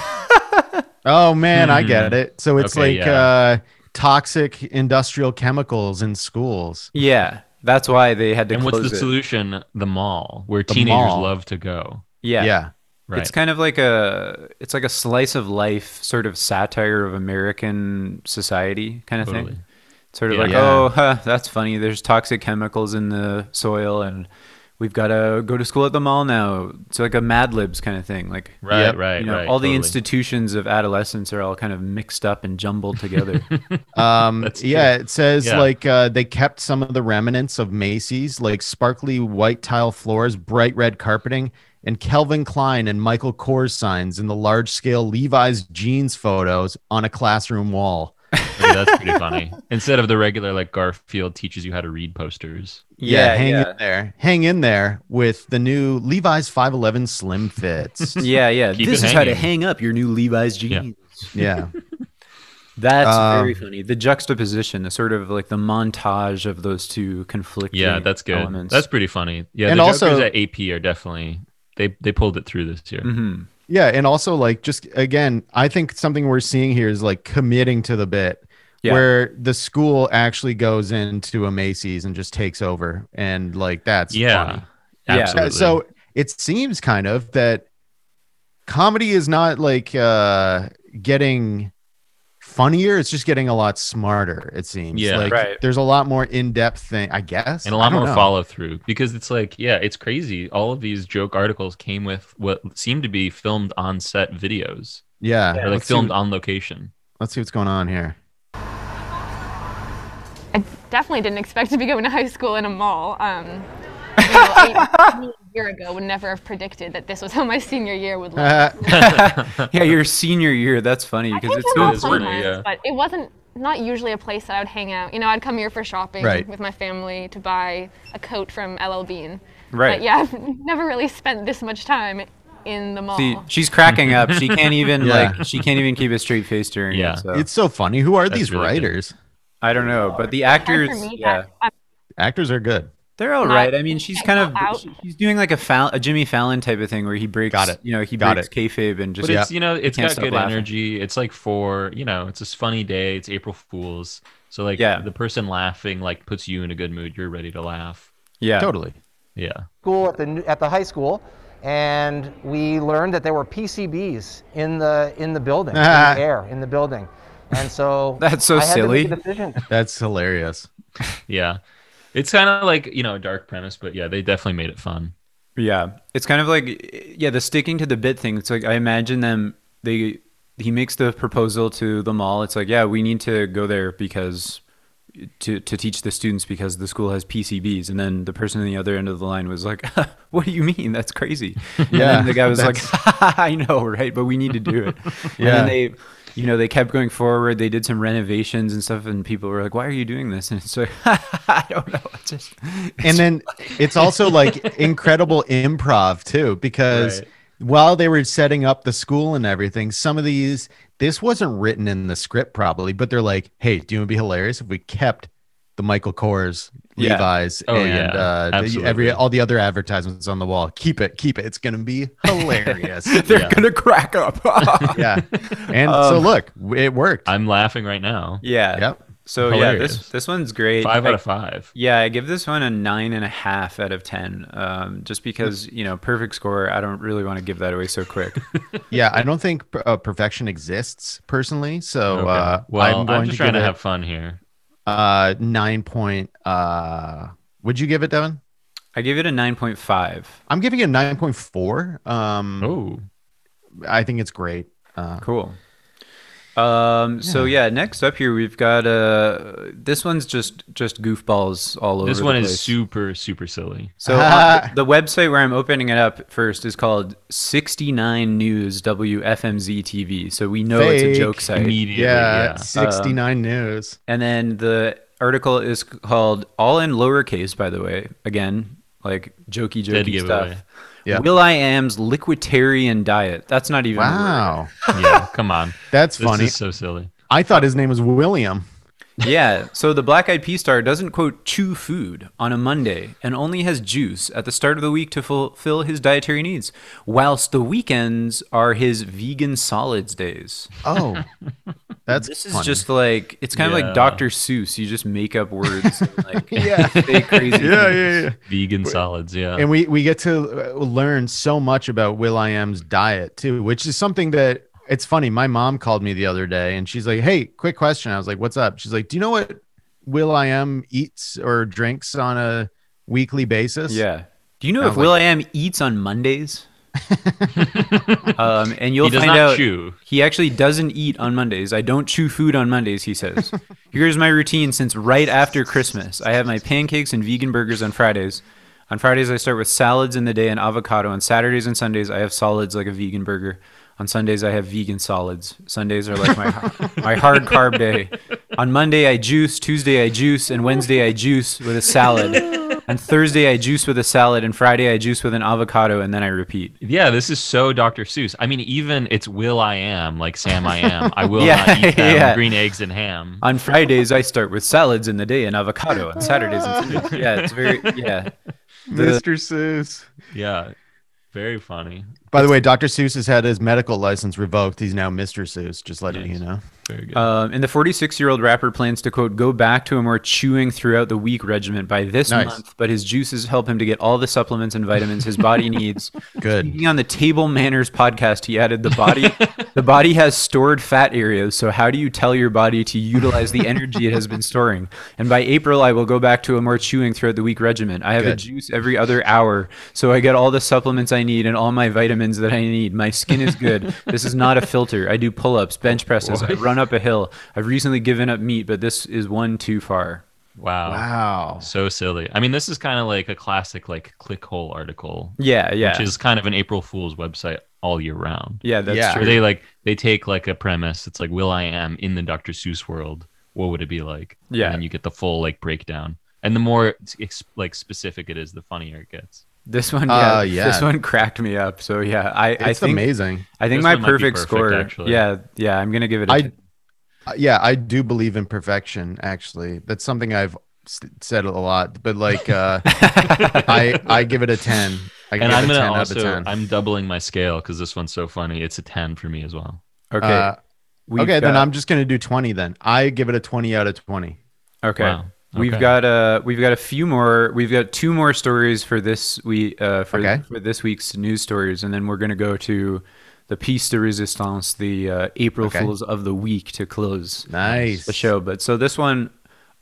Oh man, I get it. So it's
Mm-hmm. Okay,
like
yeah.
uh, toxic industrial chemicals in schools.
yeah, that's why they had to
And
close
what's the
it.
solution? The mall, where teenagers
mall.
love to go.
Yeah.
yeah.
Right.
It's kind of like a it's like a slice of life sort of satire of American society kind of
Totally.
thing. Sort of
Yeah.
like,
Yeah.
oh, huh, that's funny. There's toxic chemicals in the soil, and we've got to go to school at the mall now. It's like a Mad Libs kind of thing. Like,
Right,
Yep.
right,
you know,
right.
all the
totally.
institutions of adolescence are all kind of mixed up and jumbled
*laughs*
together.
Um,
That's
yeah, it says
Yeah.
like uh, they kept some of the remnants of Macy's, like sparkly white tile floors, bright red carpeting, and Kelvin Klein and Michael Kors signs in the large scale Levi's jeans photos on a classroom wall.
Okay, that's pretty funny. *laughs* Instead of the regular like Garfield teaches you how to read posters.
Yeah,
yeah,
hang
yeah.
in there. Hang in there with the new Levi's 511 Slim Fits.
*laughs* yeah, yeah.
Keep
This
it
is how to
hanging.
hang up your new Levi's jeans.
Yeah.
yeah.
That's
Um,
very funny. The juxtaposition, the sort of like the montage of those two conflicting
Yeah, that's good.
elements.
That's pretty funny. Yeah,
And
the
also-
jokers at AP are definitely they they pulled it through this year.
Mhm.
Yeah, and also like just again, I think something we're seeing here is like committing to the bit
Yeah.
where the school actually goes into a Macy's and just takes over and like that's
Yeah,
funny.
Yeah.
absolutely.
Uh, So it seems kind of that comedy is not like uh getting funnier. It's just getting a lot smarter. It seems.
Yeah.
like,
Right.
There's a lot more in depth thing, I guess,
and a lot
I don't
more
know.
follow through because it's like yeah it's crazy all of these joke articles came with what seemed to be filmed on set videos
Yeah,
or like
let's see
filmed
what-
on location
let's see what's going on here.
I definitely didn't expect to be going to high school in a mall. Um, you know, I, a year ago, would never have predicted that this was how my senior year would
*laughs*
look.
Uh,
yeah, your senior year. That's funny
I
because
think
it's
about
not
is funny,
sometimes,
yeah.
but it wasn't not usually a place that I would hang out. You know, I'd come here for shopping
Right.
with my family to buy a coat from LL Bean.
Right.
But yeah, I've *laughs* never really spent this much time in the mall.
See, she's cracking up. She can't
*laughs*
even
Yeah.
like. She can't even keep a straight face during
Yeah.
it. So.
it's so funny. Who are
That's
these
really good.
writers?
I don't know, but the
Hard
actors,
for me,
yeah,
that- I'm
Actors are good.
they're all
not
right. I mean, she's
getting
kind of
out.
she- he's doing like a, Fal- a Jimmy Fallon type of thing where he breaks.
Got it.
You know, he
Got
breaks
it.
kayfabe and just
but it's you know it's
can't
got
stop
good
laughing.
energy it's like for you know it's this funny day it's april fools so like
Yeah.
the person laughing like puts you in a good mood you're ready to laugh
yeah.
Totally.
yeah
school at the new- at the high school, and we learned that there were PCBs in the in the
*laughs*
building, in the air in the building, and so
That's so
I had
silly.
To make a decision.
That's hilarious.
yeah it's kind of like you know a dark premise but yeah they definitely made it fun
Yeah, it's kind of like yeah, the sticking to the bit thing. It's like I imagine them. They he makes the proposal to the mall. It's like yeah, we need to go there because to to teach the students because the school has PCBs. And then the person on the other end of the line was like, *laughs* "What do you mean? That's crazy." Yeah, and
Yeah,
then the guy was like, *laughs* "I know, right? But we need to do it."
Yeah.
and then they. You know, they kept going forward. They did some renovations and stuff, and people were like, "Why are you doing this?" And it's like, *laughs* "I don't know." It's just,
and then it's also like incredible improv too because
Right.
while they were setting up the school and everything some of these this wasn't written in the script probably but they're like hey do you want to be hilarious if we kept the michael kors
Yeah.
levi's
Oh,
and
yeah.
uh, the, every
Absolutely.
all the other advertisements on the wall keep it keep it it's gonna be hilarious
they're gonna crack
*laughs*
up.
yeah and so look it worked
i'm laughing right now
Yeah.
Yep.
So yeah,
Hilarious.
this this one's great.
five
I-
out of five
Yeah, I give this one a nine and a half out of ten. Um, just because
Hmm.
you know, perfect score. I don't really want to give that away
*laughs*
so quick.
yeah i don't think uh, perfection exists personally so
Okay.
uh
well
i'm going
just
to
trying
give
to
it-
have fun here
uh nine point uh would you give it devin
I give it a nine point five.
i'm giving it 9.4 um
oh
i think it's great uh
Cool. Um, so yeah, next up here we've got uh, this one's just just goofballs all over.
this
the
one
place.
is super super silly *laughs*
So uh, the website where I'm opening it up first is called 69 News WFMZ TV. So we know it's a
Fake
joke site.
immediately
yeah,
yeah,
69 news
And then the article is called all in lowercase, by the way. Again, like jokey
Dead
jokey
giveaway.
stuff.
Yeah.
Will I am's liquiditarian diet. That's not
Uh,
even a word.
wow *laughs*
yeah come on
that's
this
funny
is so silly
i thought his name was william
Yeah. So the black eyed pea star doesn't quote chew food on a Monday and only has juice at the start of the week to fulfill his dietary needs, whilst the weekends are his vegan solids days.
oh
*laughs*
that's
This is
funny.
just like it's kind of
Yeah.
like Dr. Seuss. You just make up words and
*laughs*
like say crazy.
yeah,
things.
yeah, yeah.
vegan solids yeah
And we we get to uh, learn so much about Will I Am's diet too, which is something that it's funny. My mom called me the other day and she's like, "Hey, quick question." I was like, "What's up?" She's like, "Do you know what Will I Am eats or drinks on a weekly basis?"
Yeah. Do you know
Sounds
if
like-
Will I Am eats on Mondays? um, and you'll
He does
find
not
out
chew.
he actually doesn't eat on Mondays. I don't chew food on Mondays.
*laughs*
He says, "Here's my routine since right after Christmas. I have my pancakes and vegan burgers on Fridays. On Fridays, I start with salads in the day and avocado. On Saturdays and Sundays, I have solids like a vegan burger. On Sundays, I have vegan solids. Sundays
*laughs*
are like my my hard carb day. On Monday, I juice. Tuesday, I juice, and Wednesday, I juice with
*laughs*
a salad. And Thursday, I juice with a salad. And Friday, I juice with an avocado, and then I repeat.
Yeah, this is so Dr. Seuss. I mean, even it's Will I Am, like Sam I Am.
*laughs*
I will
Yeah,
not eat them,
yeah.
green eggs and ham.
On Fridays, I start with salads in the day and avocado. On Saturdays and Sundays, yeah, it's very yeah.
Mr. Seuss.
Yeah, very funny.
By the way, Dr. Seuss has had his medical license revoked. He's now Mr. Seuss. Just letting
Nice.
you know.
Very good.
Uh,
Um, and the 46 year old rapper plans to, quote, go back to a more chewing throughout the week regimen by this
Nice.
month, but his juices help him to get all the supplements and vitamins his body needs.
Good.
Speaking on the Table Manners podcast, he added the
*laughs*
body the body has stored fat areas, so how do you tell your body to utilize the energy it has been storing? And by April I will go back to a more chewing throughout the week regimen. I have a
Good.
juice every other hour, so I get all the supplements I need and all my vitamins that I need. My skin is good. this is not a filter. I do pull-ups, bench presses, I run up a hill. I've recently given up meat, but this is one too far.
wow.
Wow.
So silly. I mean, this is kind of like a classic like clickhole article,
Yeah, yeah.
which is kind of an April Fool's website all year round.
yeah, that's
Yeah.
Where
true.
they like they take like a premise. It's like Will I Am in the Dr. Seuss world. What would it be like?
Yeah.
And then you get the full like breakdown. And the more ex- like specific it is, the funnier it gets.
This one yeah,
Uh, yeah.
this one cracked me up. So yeah, I I
It's
think
amazing.
I think
This
my
one might be
perfect,
perfect,
score.
actually.
Yeah, yeah, I'm gonna give it. A
I-
10.
Uh, Yeah, I do believe in perfection. Actually, that's something I've s- said a lot. But like,
*laughs*
uh, I I give it a ten. I give
And
it
I'm
a
gonna
ten out
also
of ten.
I'm doubling my scale because this one's so funny. It's a ten for me as well.
okay.
Uh,
we've
okay, then
got-
I'm just gonna do twenty. Then I give it a twenty out of twenty.
okay.
Wow,
We've
okay.
got uh we've got a few more. We've got two more stories for this we uh for,
Okay.
for this week's news stories, and then we're gonna go to the piece de resistance, the uh, April
Okay.
Fools of the week to close.
Nice.
the show. But so this one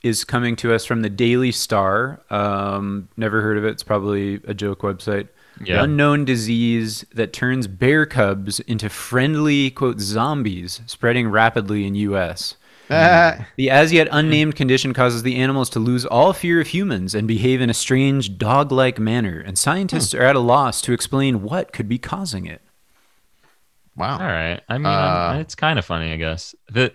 is coming to us from the Daily Star. Um, never heard of it. It's probably a joke website.
Yeah.
Unknown disease that turns bear cubs into friendly quote zombies, spreading rapidly in U.S.
Hmm.
Ah,
The as yet unnamed condition causes the animals to lose all fear of humans and behave in a strange dog like manner, and scientists are at a loss to explain what could be causing it.
*laughs* wow.
All right. I mean,
Oh. Uh,
it's kind of funny, I guess. The,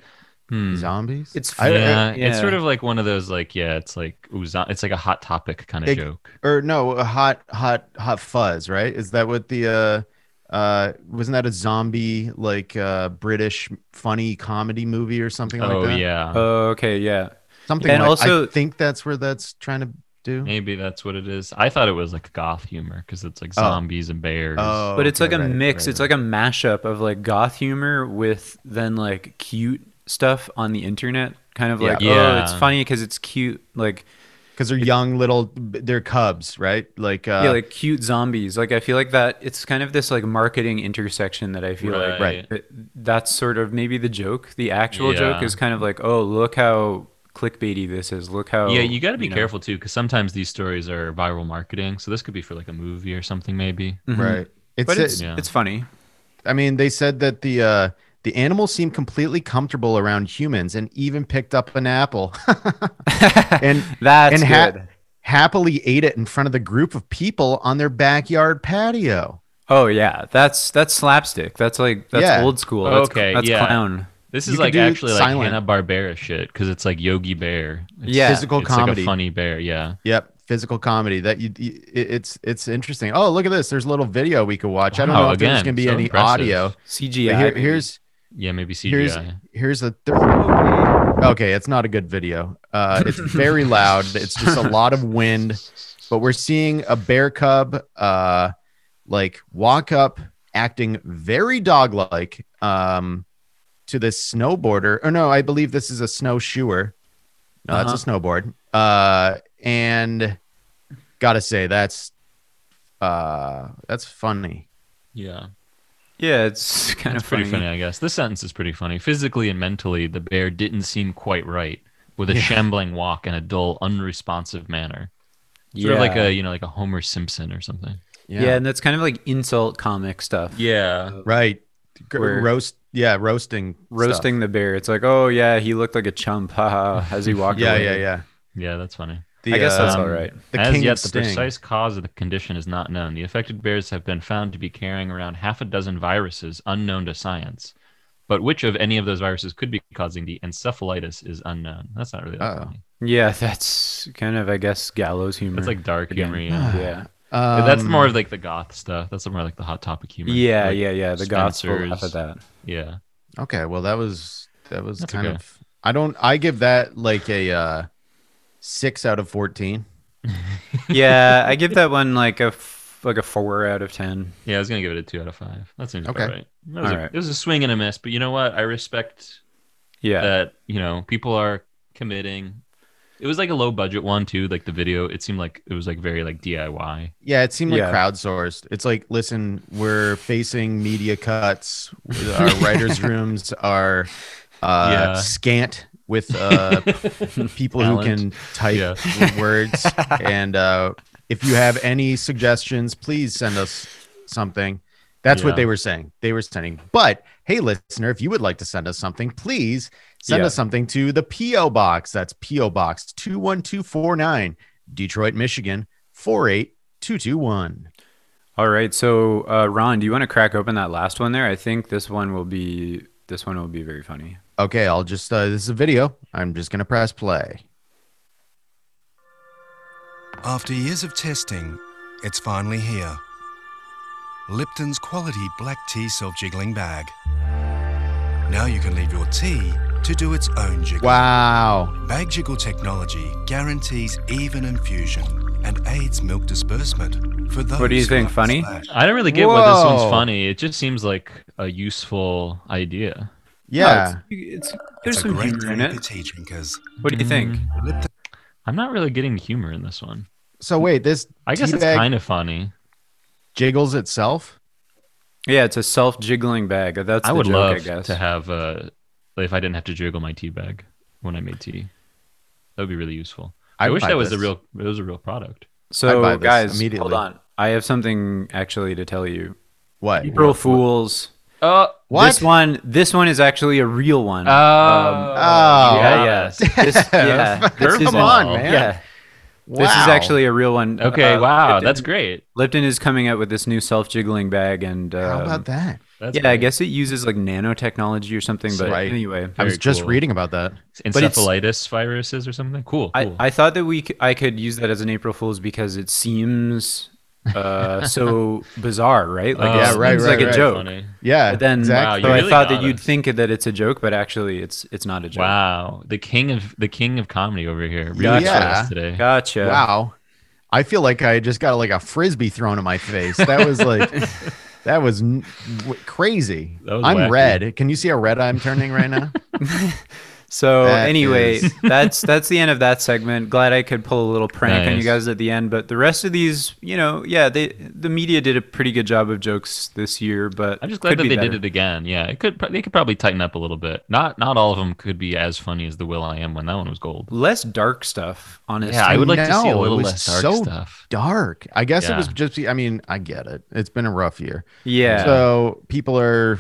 hmm.
Zombies.
It's
I-
yeah,
uh, yeah.
it's sort of like one of those like yeah, it's like ooh, zo- it's like a hot topic kind of
It-
joke.
or no, a hot hot hot fuzz. Right? Is that what the uh uh wasn't that a zombie like uh British funny comedy movie or something
Oh
like that?
yeah,
Okay, yeah.
Something.
And
like,
also-
I think that's where that's trying to do.
maybe that's what it is. I thought it was like goth humor because it's like
Oh.
zombies and bears.
Oh,
but it's
okay,
like a
right,
mix.
right,
it's
right.
like a mashup of like goth humor with then like cute stuff on the internet. Kind of
Yeah.
like, oh,
Yeah.
it's funny because it's cute. Like,
because they're young little they're cubs right like uh
yeah, like cute zombies. Like, I feel like that it's kind of this like marketing intersection that I feel like
Right.
that- that's sort of maybe the joke. The actual joke
Yeah.
is kind of like, oh, look how clickbaity this is. Look how.
yeah, you got to be
know.
careful too because sometimes these stories are viral marketing. So this could be for like a movie or something maybe.
right it's,
mm-hmm. But it's,
Yeah.
it's funny.
i mean they said that the uh the animals seem completely comfortable around humans and even picked up an apple *laughs* and
*laughs* That's
and ha-
good.
happily ate it in front of the group of people on their backyard patio
Oh yeah, that's that's slapstick. That's like that's
Yeah.
old school. That's,
Okay,
that's
yeah.
clown.
This
You
is
could
like
do
actually like
silent.
Hanna Barbera shit because it's like Yogi Bear. It's,
Yeah.
physical
it's like
comedy
a funny bear. Yeah,
yep physical comedy that you, you it- it's it's interesting oh look at this there's a little video we could watch i don't
Wow,
know if there's gonna
again,
be
so
any
impressive.
audio
CGI.
but here,
maybe.
here's
yeah, maybe CGI.
here's here's a th- okay it's not a good video uh it's very loud it's just a lot of wind but we're seeing a bear cub uh like walk up acting very dog like um to this snowboarder oh no i believe this is a snowshoer no that's a snowboard uh and gotta say that's uh that's funny
yeah.
Yeah, it's kind
That's
of
pretty
funny.
funny, I guess. This sentence is pretty funny. Physically and mentally, the bear didn't seem quite right, with a shambling walk and a dull, unresponsive manner. Sort of like a you know, like a Homer Simpson or something.
yeah. and that's kind of like insult comic stuff. Uh,
Yeah.
right G-
Where-
roast yeah roasting stuff.
Roasting the bear. It's like, oh yeah, he looked like a chump, haha, as he
*laughs*
walked
yeah
away.
yeah yeah
Yeah, that's funny.
The,
I guess that's
um,
all right.
The
As
king
yet,
of
the
Sting.
precise cause of the condition is not known. The affected bears have been found to be carrying around half a dozen viruses unknown to science. But which of any of those viruses could be causing the encephalitis is unknown. That's not really that
Oh,
Uh-oh.
funny.
Yeah, that's kind of, I guess, gallows humor.
That's like dark
Again. *sighs*
humor. Yeah.
yeah,
Um,
that's more of like the goth stuff. That's more like the hot topic humor.
yeah,
Like,
yeah, yeah. The gods will laugh at
Spencer's.
that.
*laughs* Yeah.
okay. Well, that was that was
That's
kind
okay.
of. I don't. I give that like a uh, six out of fourteen.
yeah, I give that one like a f- like a four out of ten.
Yeah, I was gonna give it a two out of five. That seems
Okay.
about right. That was
All
a-
right.
It was a swing and a miss, but you know what? I respect
Yeah.
that. You know, people are committing. It was like a low budget one too. Like the video, it seemed like it was like very like DIY.
Yeah, it seemed like
Yeah.
crowdsourced. It's like, listen, we're facing media *laughs* cuts. Our writers' rooms are uh,
Yeah.
scant with *laughs* uh, people who can
Talent.
type *laughs* words.
*laughs*
And uh, if you have any suggestions, please send us something. That's what
Yeah.
they were saying. They were sending. But hey, listener, if you would like to send us something, please send
Yeah.
us something to the P.O. Box. That's P.O. Box 21249, Detroit, Michigan 48221.
All right. So, uh, Ron, do you want to crack open that last one there? I think this one will be this one will be very funny.
Okay, I'll just uh, this is a video. I'm just gonna press play.
After years of testing, it's finally here. Lipton's quality black tea self jiggling bag. Now you can leave your tea to do its own jiggle.
Wow.
Bag jiggle technology guarantees even infusion and aids milk disbursement for those.
What do you
who
think,
are
funny?
slack.
I don't really get why this
Whoa.
one's funny. It just seems like a useful idea.
Yeah.
No, it's, it's,
It's
there's
a
some
great
humor in
thing for
it.
tea drinkers.
What do you think?
Lipton
I'm not really getting the humor in this one.
so wait, this
I guess it's
teabag
kind of funny.
jiggles itself.
Yeah, it's a self jiggling bag. That's
I
the
would
joke,
love
I guess.
to have uh, if I didn't have to jiggle my tea bag when I made tea. That would be really useful.
I
I,
would
wish
buy
that was
this.
a real it was a real product.
I'd buy
so,
this
guys,
immediately.
hold on. I have something actually to tell you.
What?
April Fools.
Uh,
What?
This one, this one is actually a real one.
oh,
Oh,
yeah, *laughs* yes.
Um, this, yeah, this
Come
isn't-
on,
man.
Yeah,
wow.
this is actually a real one.
Okay,
Uh,
wow,
Lipton-
that's great.
Lipton is coming out with this new self jiggling bag, and um,
how about that?
That's
yeah, I
great.
guess it uses like nanotechnology or something. But
Right.
anyway,
I
Very
was just
cool.
reading about that.
but it's-
encephalitis viruses or something. Cool,
I,
cool.
I thought that we c- I could use that as an April Fool's because it seems
*laughs*
uh, so bizarre, right? Like
Oh,
it
yeah, right,
seems
right,
like
right.
a joke.
Funny.
Yeah.
But then
Wow,
exactly.
you
so I
really
thought
got
that you'd
us.
think that it's a joke, but actually it's it's not a joke.
Wow, the king of the king of comedy over here. Really
Yeah.
for us today.
Gotcha.
Wow. I feel like I just got like a frisbee thrown in my face. That was
*laughs*
like, that was n- w- crazy.
That was
I'm
wacky.
red. Can you see how red I'm turning right
*laughs*
now?
So
That
anyway,
is-
that's that's the end of that segment. Glad I could pull a little prank on you
Nice.
guys at the end, but the rest of these, you know, yeah, they the media did a pretty good job of jokes this year, but
I'm just glad
could
that
be
they
better.
did it again. Yeah, it could pro- they could probably tighten up a little bit. Not not all of them could be as funny as the Will I Am when that one was gold.
Less dark stuff, honestly. *laughs*
Yeah, I would like to see a
No, it
little
was
less dark
so
stuff.
Dark. I guess it
Yeah.
was just. I mean, I get it. It's been a rough year.
yeah.
So people are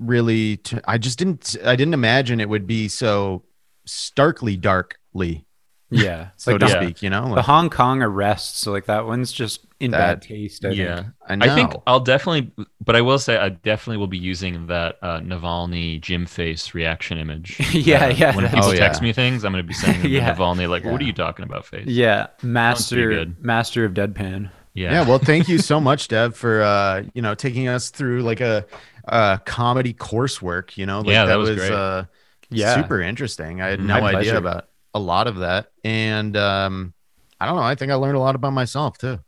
really. T- I just didn't. I didn't imagine it would be so starkly darkly,
yeah.
so
Like
to
the,
yeah.
speak. You know,
the
like,
Hong Kong arrests, like that one's just in
That-
bad taste. I
yeah,
Think.
I know.
I think I'll definitely, but I will say I definitely will be using that uh, Navalny gym face reaction image.
Yeah,
Uh,
yeah,
When
that's-
people
Oh,
text
yeah.
me things, I'm gonna be sending them
Yeah.
to Navalny like, "What are
Yeah.
you talking about, face?"
Yeah. Master
good.
master of deadpan.
yeah.
yeah. Well, thank you so much, Dev, for uh, you know taking us through like a, a comedy coursework. You know, like
Yeah, that was great.
uh,
Yeah.
super interesting. I had
Mhm.
no
My
idea
pleasure.
about a lot of that, and um, I don't know. I think I learned a lot about myself too.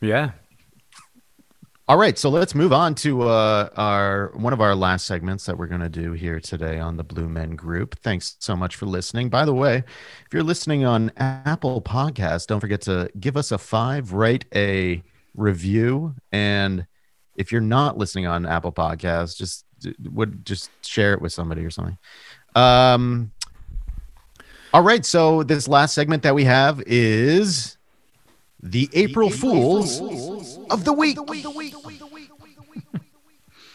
Yeah.
All right, so let's move on to uh, our one of our last segments that we're going to do here today on the Blue Men Group. Thanks so much for listening. By the way, if you're listening on Apple Podcasts, don't forget to give us a five, write a review, and if you're not listening on Apple Podcasts, just would just share it with somebody or something. Um, all right, so this last segment that we have is the April, Fools, of the week.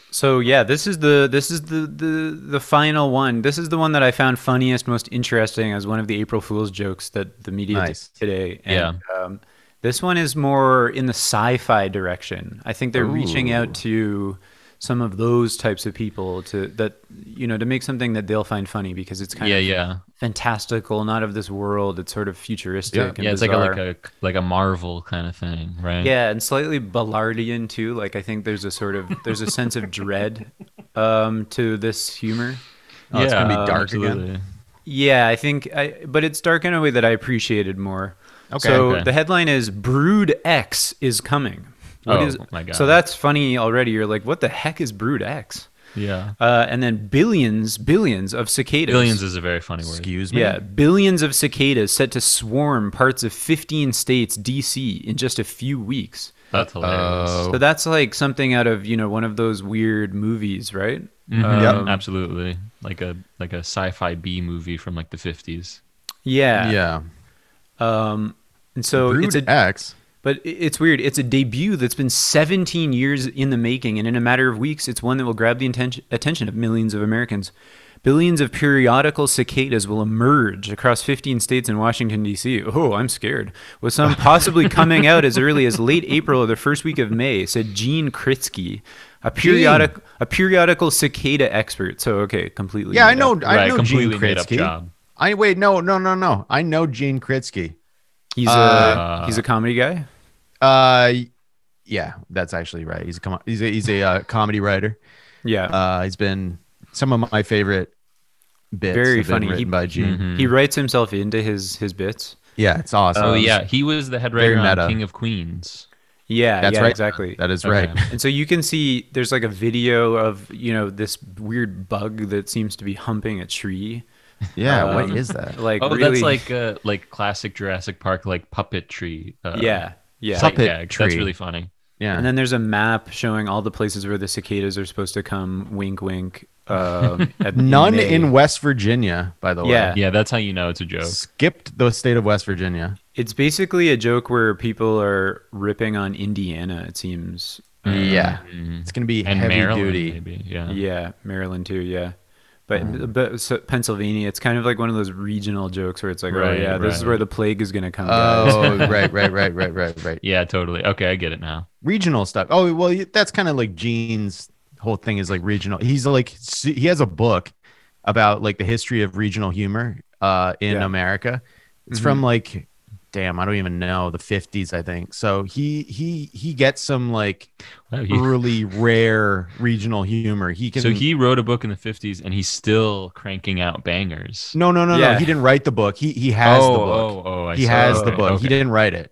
So yeah, this is the this is the, the the final one. This is the one that I found funniest, most interesting as one of the April Fool's jokes that the media
Nice.
did today. And, Um, this one is more in the sci-fi direction. I think they're reaching out to some of those types of people to that you know to make something that they'll find funny because it's kind
yeah,
of
yeah,
fantastical, not of this world. It's sort of futuristic. and
yeah. It's like a,
bizarre.
like a like a Marvel kind of thing, right?
Yeah, and slightly Ballardian too. Like I think there's a sort of there's a sense of
*laughs*
dread um, to this humor.
Oh, it's gonna be dark again?
absolutely.
Yeah, I think I but it's dark in a way that I appreciated more.
Okay.
So
Okay.
the headline is Brood X is coming. What
Oh,
is-
my God.
So that's funny already. You're like, what the heck is Brood X?
Yeah.
Uh, and then billions, billions of cicadas.
Billions is a very funny word.
Excuse me.
Yeah, billions of cicadas set to swarm parts of 15 states, DC, in just a few weeks.
That's hilarious.
Oh.
So that's like something out of you know one of those weird movies, right?
Mhm,
Yep.
Um,
Absolutely. Like a like a sci-fi B movie from like the 50s.
Yeah.
yeah.
Um, and so
Brood
it's a
X.
But i- it's weird. It's a debut that's been 17 years in the making, and in a matter of weeks, it's one that will grab the intention, attention of millions of Americans. Billions of periodical cicadas will emerge across 15 states and Washington, D.C. Oh, I'm scared.
*laughs*
With some possibly coming out as early as late April or the first week of May, said Gene Kritzky, a periodic a periodical cicada expert. So, okay, completely.
Yeah, I
made up.
know. I
Right,
know Gene
completely made up
Kritzky.
job.
I wait. No, no, no, no. I know Gene Kritzky.
He's,
Uh,
a, he's a comedy guy.
Uh, yeah, that's actually right. He's a com- he's a, he's a uh, comedy writer.
Yeah.
Uh, he's been some of my favorite bits.
Very
have been
funny. Mm-hmm. He-
written by Gene.
He writes himself into his his bits.
Yeah, Uh, it's awesome.
Oh yeah, he was the head
Very
writer on
meta.
King of Queens.
Yeah,
that's
yeah,
right.
exactly.
That is
Okay.
right.
and so you can see there's like a video of you know this weird bug that seems to be humping a tree.
*laughs* Yeah,
Um,
what is that?
Like
oh,
really,
that's like uh, like classic Jurassic Park like puppetry. Uh,
yeah, yeah.
Puppet
gag.
tree.
That's really funny.
Yeah,
And then there's a map showing all the places where the cicadas are supposed to come. Wink, wink.
*laughs*
Um, at,
none
May.
in West Virginia, by the way.
Yeah.
Yeah, that's how you know it's a joke.
skipped the state of West Virginia.
It's basically a joke where people are ripping on Indiana. It seems.
Yeah, it's gonna be
And
heavy
Maryland,
duty.
maybe. Yeah. Mm-hmm.
Yeah, Maryland too. Yeah, but but so Pennsylvania, it's kind of like one of those regional jokes where it's like,
Right,
oh yeah, this is
right.
where the plague is gonna come. guys.
Oh, right, right, right, right, right, right.
Yeah, totally. Okay, I get it now.
Regional stuff. Oh, well, y- that's kind of like Gene's whole thing is like regional. He's like s- he has a book about like the history of regional humor uh, in
Yeah.
America. It's from like, damn, I don't even know the fifties, I think. So he he he gets some like
Wow, Oh, he-
really rare regional humor. He can.
so he wrote a book in the 50s and he's still cranking out bangers.
No, no, no, no.
Yeah.
He didn't write the book. He he has
oh,
the book.
oh, oh, I
he
see.
has the
Okay,
book. He
okay.
didn't write it.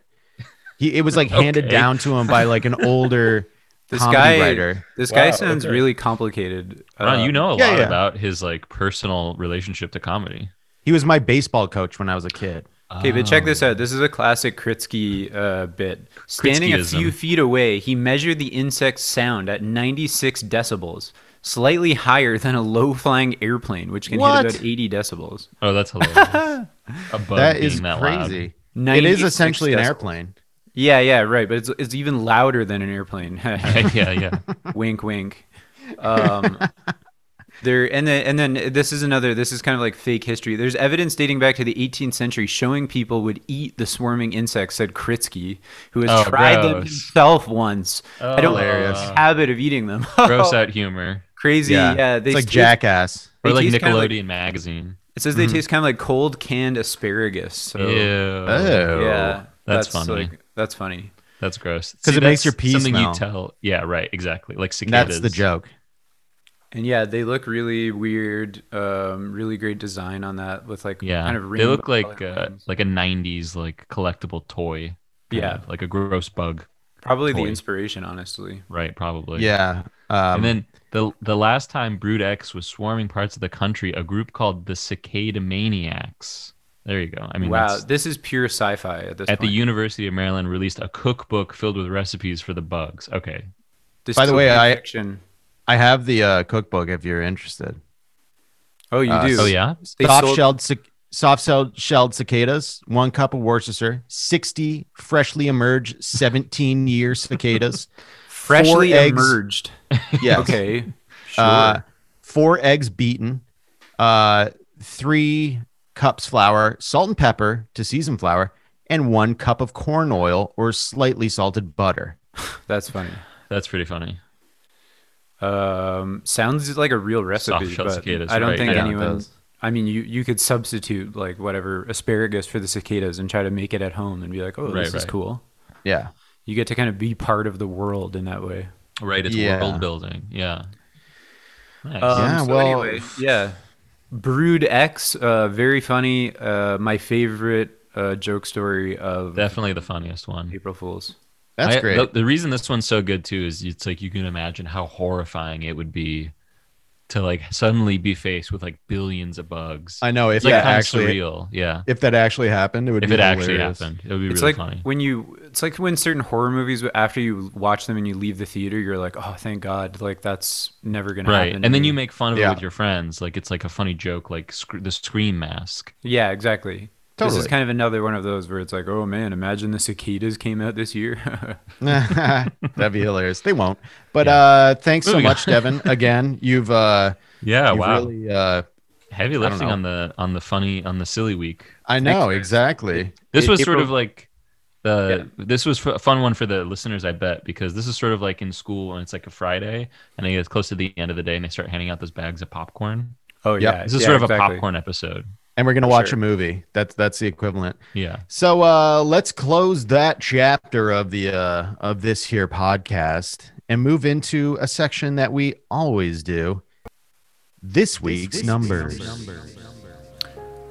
He it was like handed
*laughs* Okay.
down to him by like an
*laughs*
older
this
comedy
guy,
writer.
this guy sounds really complicated.
Ron,
Uh,
you know a
yeah,
lot
yeah.
about his like personal relationship to comedy.
He was my baseball coach when I was a kid.
Okay, but check
Oh.
this out. This is a classic Kritsky uh, bit. Standing a few
Kritzkyism.
feet away, he measured the insect's sound at 96 decibels, slightly higher than a low-flying airplane, which can
What?
hit about 80 decibels.
*laughs*
Oh, that's hilarious. A bug
That
being
is
that loud.
crazy. It
96
is essentially an
decibels.
airplane.
Yeah, yeah, right. But it's, it's even louder than an
*laughs*
airplane. *laughs*
yeah,
*laughs*
yeah.
wink wink
*laughs*
um there and then and then this is another this is kind of like fake history there's evidence dating back to the 18th century showing people would eat the swarming insects said kritzky who has
Oh,
tried them
gross. Oh,
himself once i don't
Hilarious.
have a habit of eating them *laughs*
Gross out humor.
crazy yeah, they
it's like
taste-
jackass.
Or
They
like
taste
Nickelodeon
kinda like-
magazine.
it says they taste kind of like cold canned asparagus
Oh.
so
Ew.
yeah
That's funny.
like, that's funny
That's gross.
'Cause
See,
it makes
that's
your pee
Something
smell.
you tell. Yeah, right. Exactly. Like
And
cicadas.
That's the joke.
and yeah they look really weird um really great design on that with like
Yeah.
kind of
they look
rainbow
like
colored
uh,
ones.
like a '90s like collectible toy. kind
Yeah.
of, like a gross bug.
Probably the
toy.
inspiration, honestly.
Right. Probably.
Yeah. Um,
and then the the last time Brood X was swarming parts of the country, a group called the Cicada Maniacs. There you go. I mean,
wow,
that's-
this is pure sci-fi at this
at the
point.
University of Maryland released a cookbook filled with recipes for the bugs. Okay.
This
By the way,
dystopian
I-
fiction.
I have the uh, cookbook if you're interested.
oh you
uh,
do.
Oh yeah.
They
soft
sold-
shelled cic- soft shelled, shelled cicadas, one cup of Worcester, sixty freshly emerged seventeen year
*laughs*
cicadas,
freshly
four eggs-
emerged.
*laughs* Yes.
Okay, sure.
Uh, four eggs beaten, uh, three cups flour, salt and pepper to season flour, and one cup of corn oil or slightly salted butter.
That's funny.
That's pretty funny.
Um, sounds like a real recipe,
shell
but
cicadas,
I don't
right,
think
yeah, it
anyone.
does.
I mean, you you could substitute like whatever asparagus for the cicadas and try to make it at home and be like, oh,
Right,
this is
right.
cool.
Yeah.
You get to kind of be part of the world in that way.
Right. It's
Yeah.
world building. Yeah. Nice.
Um,
Yeah,
so
well-
anyway, yeah. Brood X, uh, very funny. Uh, my favorite uh, joke story of
definitely the funniest one.
April Fools.
That's
I-
great.
The, the reason this one's so good too is it's like you can imagine how horrifying it would be to like suddenly be faced with like billions of bugs.
I know if
it's like
that
kinda
actually
surreal. Yeah.
If that actually happened, it would
If
be
it actually
hilarious.
happened, it would be
it's
really
like
funny.
when you it's like when certain horror movies after you watch them and you leave the theater you're like oh thank god like that's never gonna
Right.
happen
And
to
then
me."
you make fun of
Yeah.
it with your friends. Like it's like a funny joke, like sc- the scream mask.
yeah exactly this is
Totally.
kind of another one of those where it's like oh man imagine the cicadas came out this year *laughs*
*laughs* That'd be hilarious. They won't. But uh thanks so
Moving
much, Devin. Again, you've uh
Yeah.
you've
Oh, wow.
really uh
Heavy
don't
lifting
know.
on the on the funny on the silly week.
I know, exactly.
This
It-
was sort
April-
of like the this was a fun one for the listeners, I bet, because this is sort of like in school and it's like a Friday and it gets close to the end of the day and they start handing out those bags of popcorn.
oh yeah
This is
yeah,
sort of a
exactly.
popcorn episode.
And we're gonna
For
watch
sure.
a movie. That's that's the equivalent.
Yeah.
So uh let's close that chapter of the uh of this here podcast and move into a section that we always do. This week's numbers.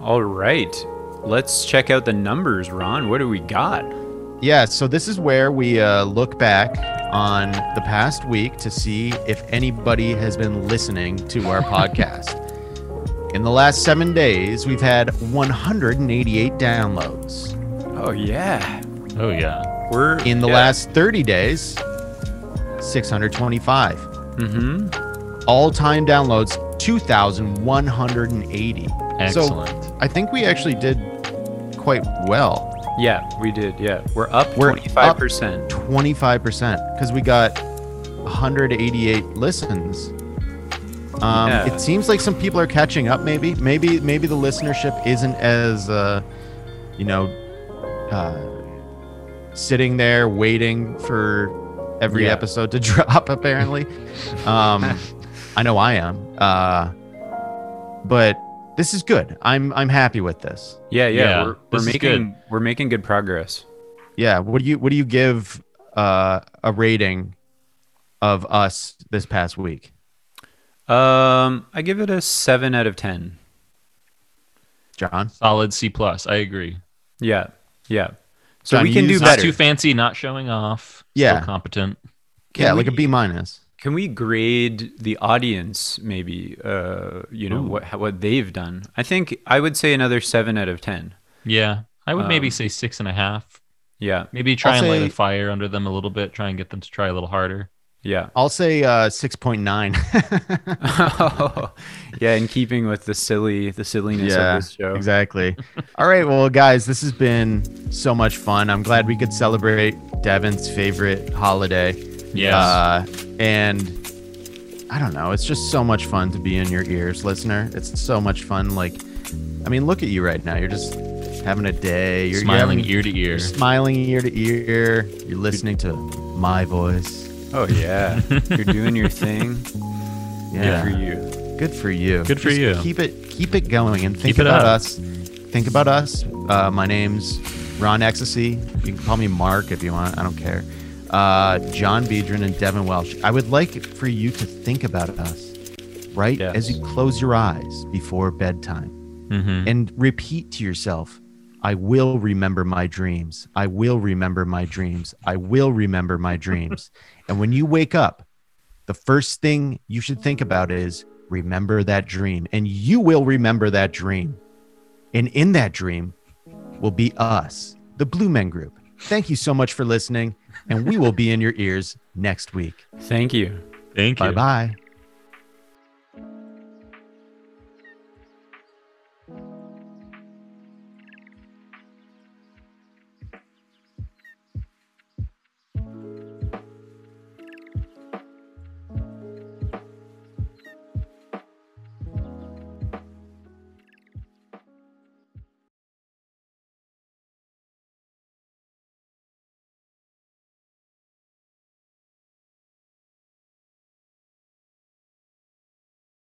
all right let's check out the numbers ron what do we got
Yeah, so this is where we uh, look back on the past week to see if anybody has been listening to our podcast. In the last seven days, we've had 188 downloads.
oh yeah
Oh yeah.
we're
In the
yeah.
last 30 days, 625.
Mhm.
All time downloads, 2,180.
Excellent.
So I think we actually did quite well.
yeah we did yeah we're up
We're up.
25%
25% because we got 188 listens. Um,
Yeah.
It seems like some people are catching up. Maybe, maybe, maybe the listenership isn't as, uh, you know, uh, sitting there waiting for every
Yeah.
episode to *laughs* drop. Apparently,
*laughs*
um, I know I am. Uh, but this is good. I'm I'm happy with this.
Yeah, yeah,
Yeah,
we're,
this
we're
is
making we're making good progress.
Yeah. What do you What do you give uh, a rating of us this past week?
Um, I give it a seven out of ten.
John.
Solid C plus. I agree.
Yeah, yeah. So
John,
we can
you
do
use-
Not
better.
too fancy, not showing off.
Yeah.
Still competent.
yeah,
we-
like a B minus.
can we grade the audience? Maybe, uh, you know what how, what they've done. I think I would say another seven out of ten.
Yeah. I would maybe
Um,
say six and a half.
Yeah,
Maybe try
I'll
and light
say-
a fire under them a little bit, try and get them to try a little harder.
*laughs*
yeah, *laughs*
I'll say uh, six point nine.
yeah. In keeping with the silly the silliness of this show.
exactly. All right, well, guys, this has been so much fun. I'm glad we could celebrate Devin's favorite holiday.
Yes.
Uh, and I don't know, it's just so much fun to be in your ears, listener. It's so much fun. Like, I mean, look at you right now. You're just having a day. You're you're
Smiling
having-
ear to ear.
You're smiling ear to ear. You're listening to my voice.
Oh yeah, you're doing your thing.
*laughs* Yeah.
Good for you.
Good for you.
Good for
Just
you.
Keep it keep it going and think
Keep it
about
up.
us. Think about us. Uh, my name's Ron Ecstasy. You can call me Mark if you want. I don't care. Uh, John Beedron and Devin Welsh. I would like for you to think about us right
Yes.
as you close your eyes before bedtime
Mhm.
and repeat to yourself, I will remember my dreams. I will remember my dreams. I will remember my
*laughs*
dreams. and when you wake up, the first thing you should think about is remember that dream, and you will remember that dream. And in that dream will be us, the Blue Men Group. Thank you so much for listening, and we will be in your ears next week.
Thank you.
Thank you.
Bye bye.